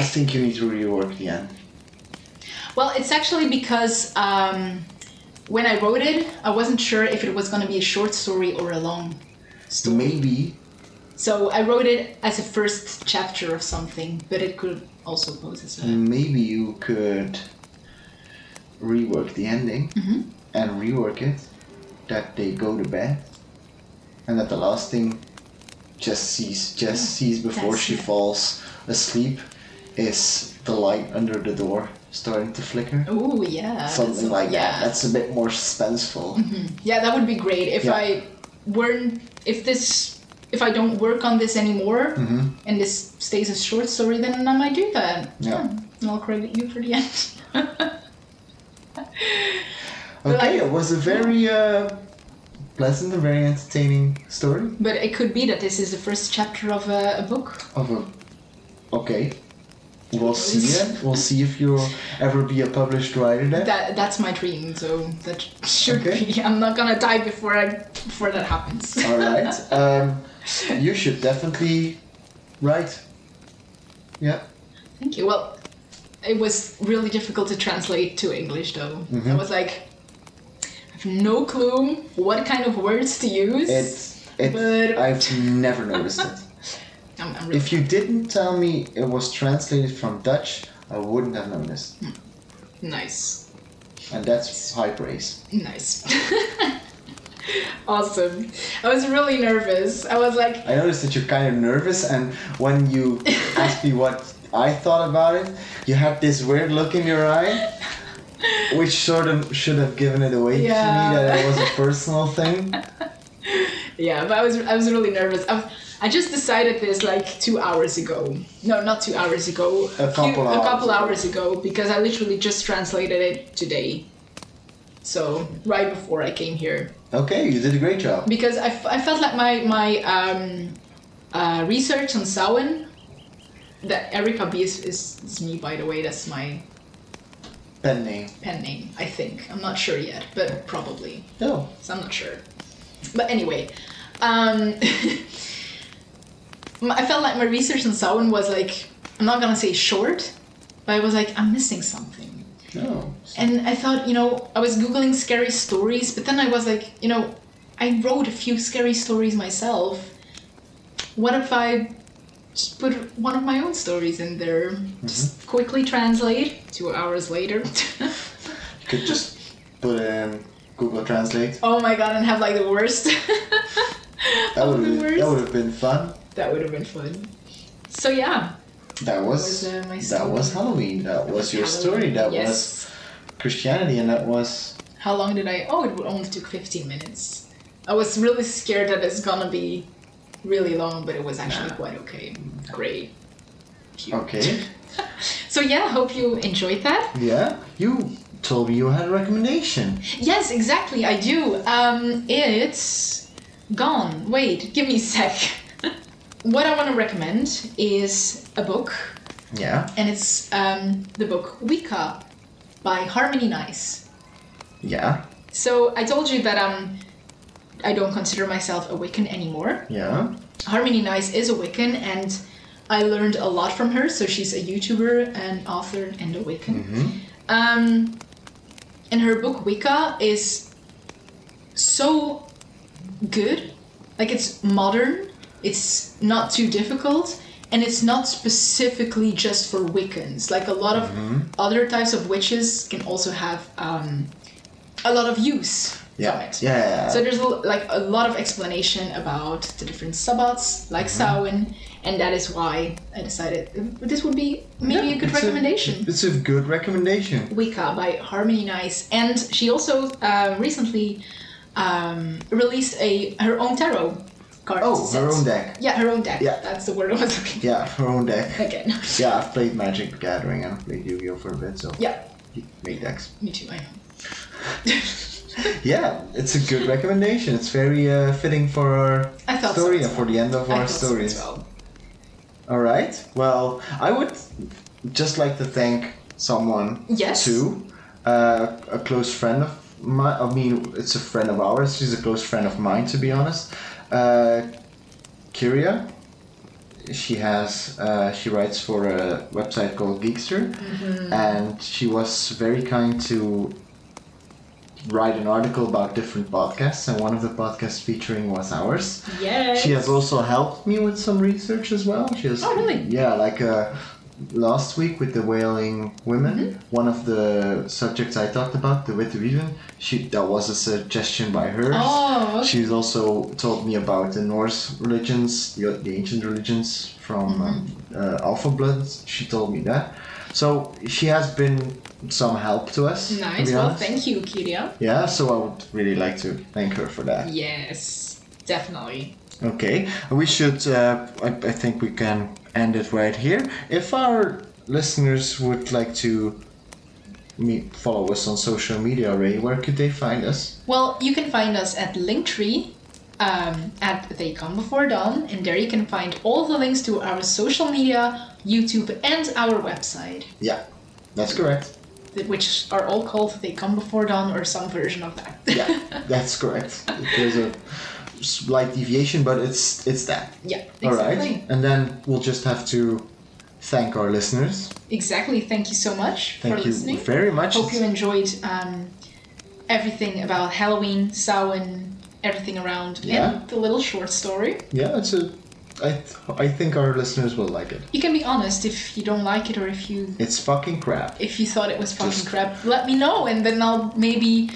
[SPEAKER 2] I think you need to rework the end.
[SPEAKER 3] Well, it's actually because um, when I wrote it, I wasn't sure if it was going to be a short story or a long.
[SPEAKER 2] So maybe
[SPEAKER 3] So I wrote it as a first chapter of something, but it could also pose as a.
[SPEAKER 2] maybe you could rework the ending and rework it that they go to bed and that the last thing just sees just sees before
[SPEAKER 3] that's
[SPEAKER 2] she
[SPEAKER 3] it.
[SPEAKER 2] falls asleep is the light under the door starting to flicker
[SPEAKER 3] Oh yeah.
[SPEAKER 2] Mm. something
[SPEAKER 3] that's-
[SPEAKER 2] like
[SPEAKER 3] yeah.
[SPEAKER 2] that Mm-hmm. that's a bit more suspenseful
[SPEAKER 3] Yeah, that would be great if
[SPEAKER 2] Yeah.
[SPEAKER 3] I weren't if this if I don't work on this anymore
[SPEAKER 2] Mm-hmm.
[SPEAKER 3] and this stays a short story, then I might do that.
[SPEAKER 2] Yeah.
[SPEAKER 3] and I'll credit you for the end.
[SPEAKER 2] okay
[SPEAKER 3] Like-
[SPEAKER 2] it was a very uh, pleasant and very entertaining story
[SPEAKER 3] but it could be that this is the first chapter of a, a book.
[SPEAKER 2] of a Uh-huh. okay we'll see it we'll see if you'll ever be a published writer then
[SPEAKER 3] That that's my dream, so that should
[SPEAKER 2] Okay.
[SPEAKER 3] be. I'm not gonna die before I before that happens.
[SPEAKER 2] All right. Um, you should definitely write. Yeah.
[SPEAKER 3] Thank you. Well, it was really difficult to translate to English, though.
[SPEAKER 2] Mm-hmm.
[SPEAKER 3] I was like, I have no clue what kind of words to use.
[SPEAKER 2] It's. It,
[SPEAKER 3] But-
[SPEAKER 2] I've never noticed it.
[SPEAKER 3] I'm, I'm really,
[SPEAKER 2] If you didn't tell me it was translated from Dutch, I wouldn't have noticed.
[SPEAKER 3] nice,
[SPEAKER 2] And that's high praise.
[SPEAKER 3] nice. awesome. I was really nervous. I was like,
[SPEAKER 2] I noticed that you're kind of nervous, and when you asked me what I thought about it, you had this weird look in your eye, which sort of should have given it away
[SPEAKER 3] Yeah.
[SPEAKER 2] to me that it was a personal thing.
[SPEAKER 3] yeah, but I was I was really nervous. I, I just decided this like two hours ago. No, not two hours ago.
[SPEAKER 2] A couple
[SPEAKER 3] a
[SPEAKER 2] hours
[SPEAKER 3] couple
[SPEAKER 2] ago.
[SPEAKER 3] hours ago because I literally just translated it today. So right before I came here.
[SPEAKER 2] Okay, you did a great job.
[SPEAKER 3] because I, f- I felt like my my um, uh, research on Samhain that Erica B is, is, is me by the way that's my
[SPEAKER 2] Pen name.
[SPEAKER 3] pen name I think I'm not sure yet but probably
[SPEAKER 2] No.
[SPEAKER 3] so I'm not sure but anyway um, m- I felt like my research on Samhain was like I'm not gonna say short but I was like I'm missing something
[SPEAKER 2] No.
[SPEAKER 3] and I thought, you know, I was googling scary stories, but then I was like, you know, I wrote a few scary stories myself. What if I just put one of my own stories in there?
[SPEAKER 2] Mm-hmm.
[SPEAKER 3] Just quickly translate. Two hours later.
[SPEAKER 2] could just put in Google Translate.
[SPEAKER 3] oh my god, and have like the worst.
[SPEAKER 2] That
[SPEAKER 3] of
[SPEAKER 2] would
[SPEAKER 3] the
[SPEAKER 2] have
[SPEAKER 3] worst.
[SPEAKER 2] that would have been fun.
[SPEAKER 3] That would have been fun. So yeah,
[SPEAKER 2] That was
[SPEAKER 3] was, uh, my
[SPEAKER 2] that
[SPEAKER 3] story.
[SPEAKER 2] was Halloween. That was your story.
[SPEAKER 3] Halloween,
[SPEAKER 2] That was
[SPEAKER 3] yes.
[SPEAKER 2] Christianity, and that was
[SPEAKER 3] How long did I? Oh, it only took 15 minutes. I was really scared that it's gonna be really long, but it was actually quite okay. Great. Cute.
[SPEAKER 2] Okay.
[SPEAKER 3] So yeah, hope you enjoyed that.
[SPEAKER 2] Yeah. You told me you had a recommendation.
[SPEAKER 3] Yes, exactly. I do. Um, it's gone. Wait, give me a sec. what I want to recommend is a book,
[SPEAKER 2] Yeah.
[SPEAKER 3] and it's um, the book Wicca by Harmony Nice.
[SPEAKER 2] Yeah.
[SPEAKER 3] So I told you that um, I don't consider myself a Wiccan anymore.
[SPEAKER 2] Yeah.
[SPEAKER 3] Harmony Nice is a Wiccan, and I learned a lot from her. So she's a YouTuber, an author, and a Wiccan. Um, and her book Wicca is so good. Like it's modern, it's not too difficult, and it's not specifically just for Wiccans. Like a lot of other types of witches can also have um, a lot of use from
[SPEAKER 2] Yeah.
[SPEAKER 3] it.
[SPEAKER 2] Yeah.
[SPEAKER 3] So there's a- like a lot of explanation about the different sabbats, like
[SPEAKER 2] Mm-hmm.
[SPEAKER 3] Samhain, and that is why I decided this would be maybe a good
[SPEAKER 2] It's
[SPEAKER 3] recommendation.
[SPEAKER 2] it's a good recommendation.
[SPEAKER 3] Wicca by Harmony Nice, and she also um, recently um, released a her own tarot card.
[SPEAKER 2] Oh,
[SPEAKER 3] set.
[SPEAKER 2] her own deck.
[SPEAKER 3] Yeah, her own deck.
[SPEAKER 2] Yeah.
[SPEAKER 3] that's the word I was looking.
[SPEAKER 2] Yeah, her own deck.
[SPEAKER 3] Again.
[SPEAKER 2] Yeah, I've played Magic the Gathering and I've played Yu-Gi-Oh for a bit, so
[SPEAKER 3] Yeah,
[SPEAKER 2] you make decks.
[SPEAKER 3] me too. I know.
[SPEAKER 2] Yeah, it's a good recommendation. It's very uh, fitting for our
[SPEAKER 3] I thought so
[SPEAKER 2] story
[SPEAKER 3] as
[SPEAKER 2] and for the end of
[SPEAKER 3] I
[SPEAKER 2] our
[SPEAKER 3] thought so
[SPEAKER 2] stories.
[SPEAKER 3] as well.
[SPEAKER 2] All right. Well, I would just like to thank someone
[SPEAKER 3] Yes.
[SPEAKER 2] too, uh, a close friend of my. I mean, it's a friend of ours. She's a close friend of mine, to be honest. Uh, Kyria. She has. Uh, she writes for a website called Geekster, and she was very kind to write an article about different podcasts, and one of the podcasts featuring was ours.
[SPEAKER 3] Yes.
[SPEAKER 2] She has also helped me with some research as well. She has,
[SPEAKER 3] Oh, really?
[SPEAKER 2] Yeah, like uh, last week with the wailing women,
[SPEAKER 3] Mm-hmm.
[SPEAKER 2] one of the subjects I talked about, the Witte Wieven, she that was a suggestion by her.
[SPEAKER 3] Oh, okay.
[SPEAKER 2] She's also told me about the Norse religions, the, the ancient religions from um,
[SPEAKER 3] Mm-hmm.
[SPEAKER 2] uh, Alpha Blood. She told me that. So she has been some help to us. to
[SPEAKER 3] nice.
[SPEAKER 2] be
[SPEAKER 3] Well,
[SPEAKER 2] honest.
[SPEAKER 3] thank you, Kiria.
[SPEAKER 2] Yeah, so I would really like to thank her for that.
[SPEAKER 3] Yes, definitely.
[SPEAKER 2] Okay, we should. Uh, I, I think we can end it right here. If our listeners would like to me follow us on social media already, where could they find us?
[SPEAKER 3] Well, you can find us at Linktree. Um, at They Come Before Dawn, and there you can find all the links to our social media, YouTube, and our website.
[SPEAKER 2] Yeah, that's correct.
[SPEAKER 3] th- which are all called They Come Before Dawn or some version of that.
[SPEAKER 2] Yeah, that's correct. There's a slight deviation, but it's it's that.
[SPEAKER 3] yeah, exactly.
[SPEAKER 2] All right, and then we'll just have to thank our listeners.
[SPEAKER 3] Exactly. Thank you so much
[SPEAKER 2] Thank
[SPEAKER 3] for
[SPEAKER 2] you
[SPEAKER 3] listening.
[SPEAKER 2] very much.
[SPEAKER 3] Hope you enjoyed um, everything about Halloween, Samhain, everything around,
[SPEAKER 2] Yeah.
[SPEAKER 3] and the little short story.
[SPEAKER 2] yeah, it's a. I th- I think our listeners will like it.
[SPEAKER 3] You can be honest if you don't like it or if you
[SPEAKER 2] It's fucking crap.
[SPEAKER 3] if you thought it was fucking
[SPEAKER 2] Just-
[SPEAKER 3] crap. Let me know, and then I'll maybe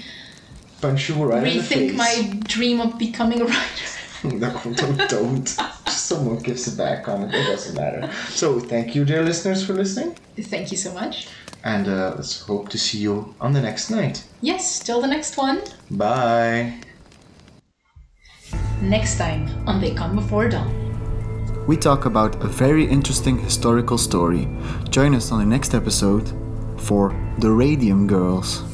[SPEAKER 2] Punch you right in the face.
[SPEAKER 3] rethink my dream of becoming a writer.
[SPEAKER 2] No, don't, don't. Someone gives it back on it. It doesn't matter. So, thank you, dear listeners, for listening.
[SPEAKER 3] Thank you so much.
[SPEAKER 2] And uh, let's hope to see you on the next night.
[SPEAKER 3] Yes, till the next one.
[SPEAKER 2] Bye.
[SPEAKER 3] Next time on They Come Before Dawn.
[SPEAKER 2] We talk about a very interesting historical story. Join us on the next episode for The Radium Girls.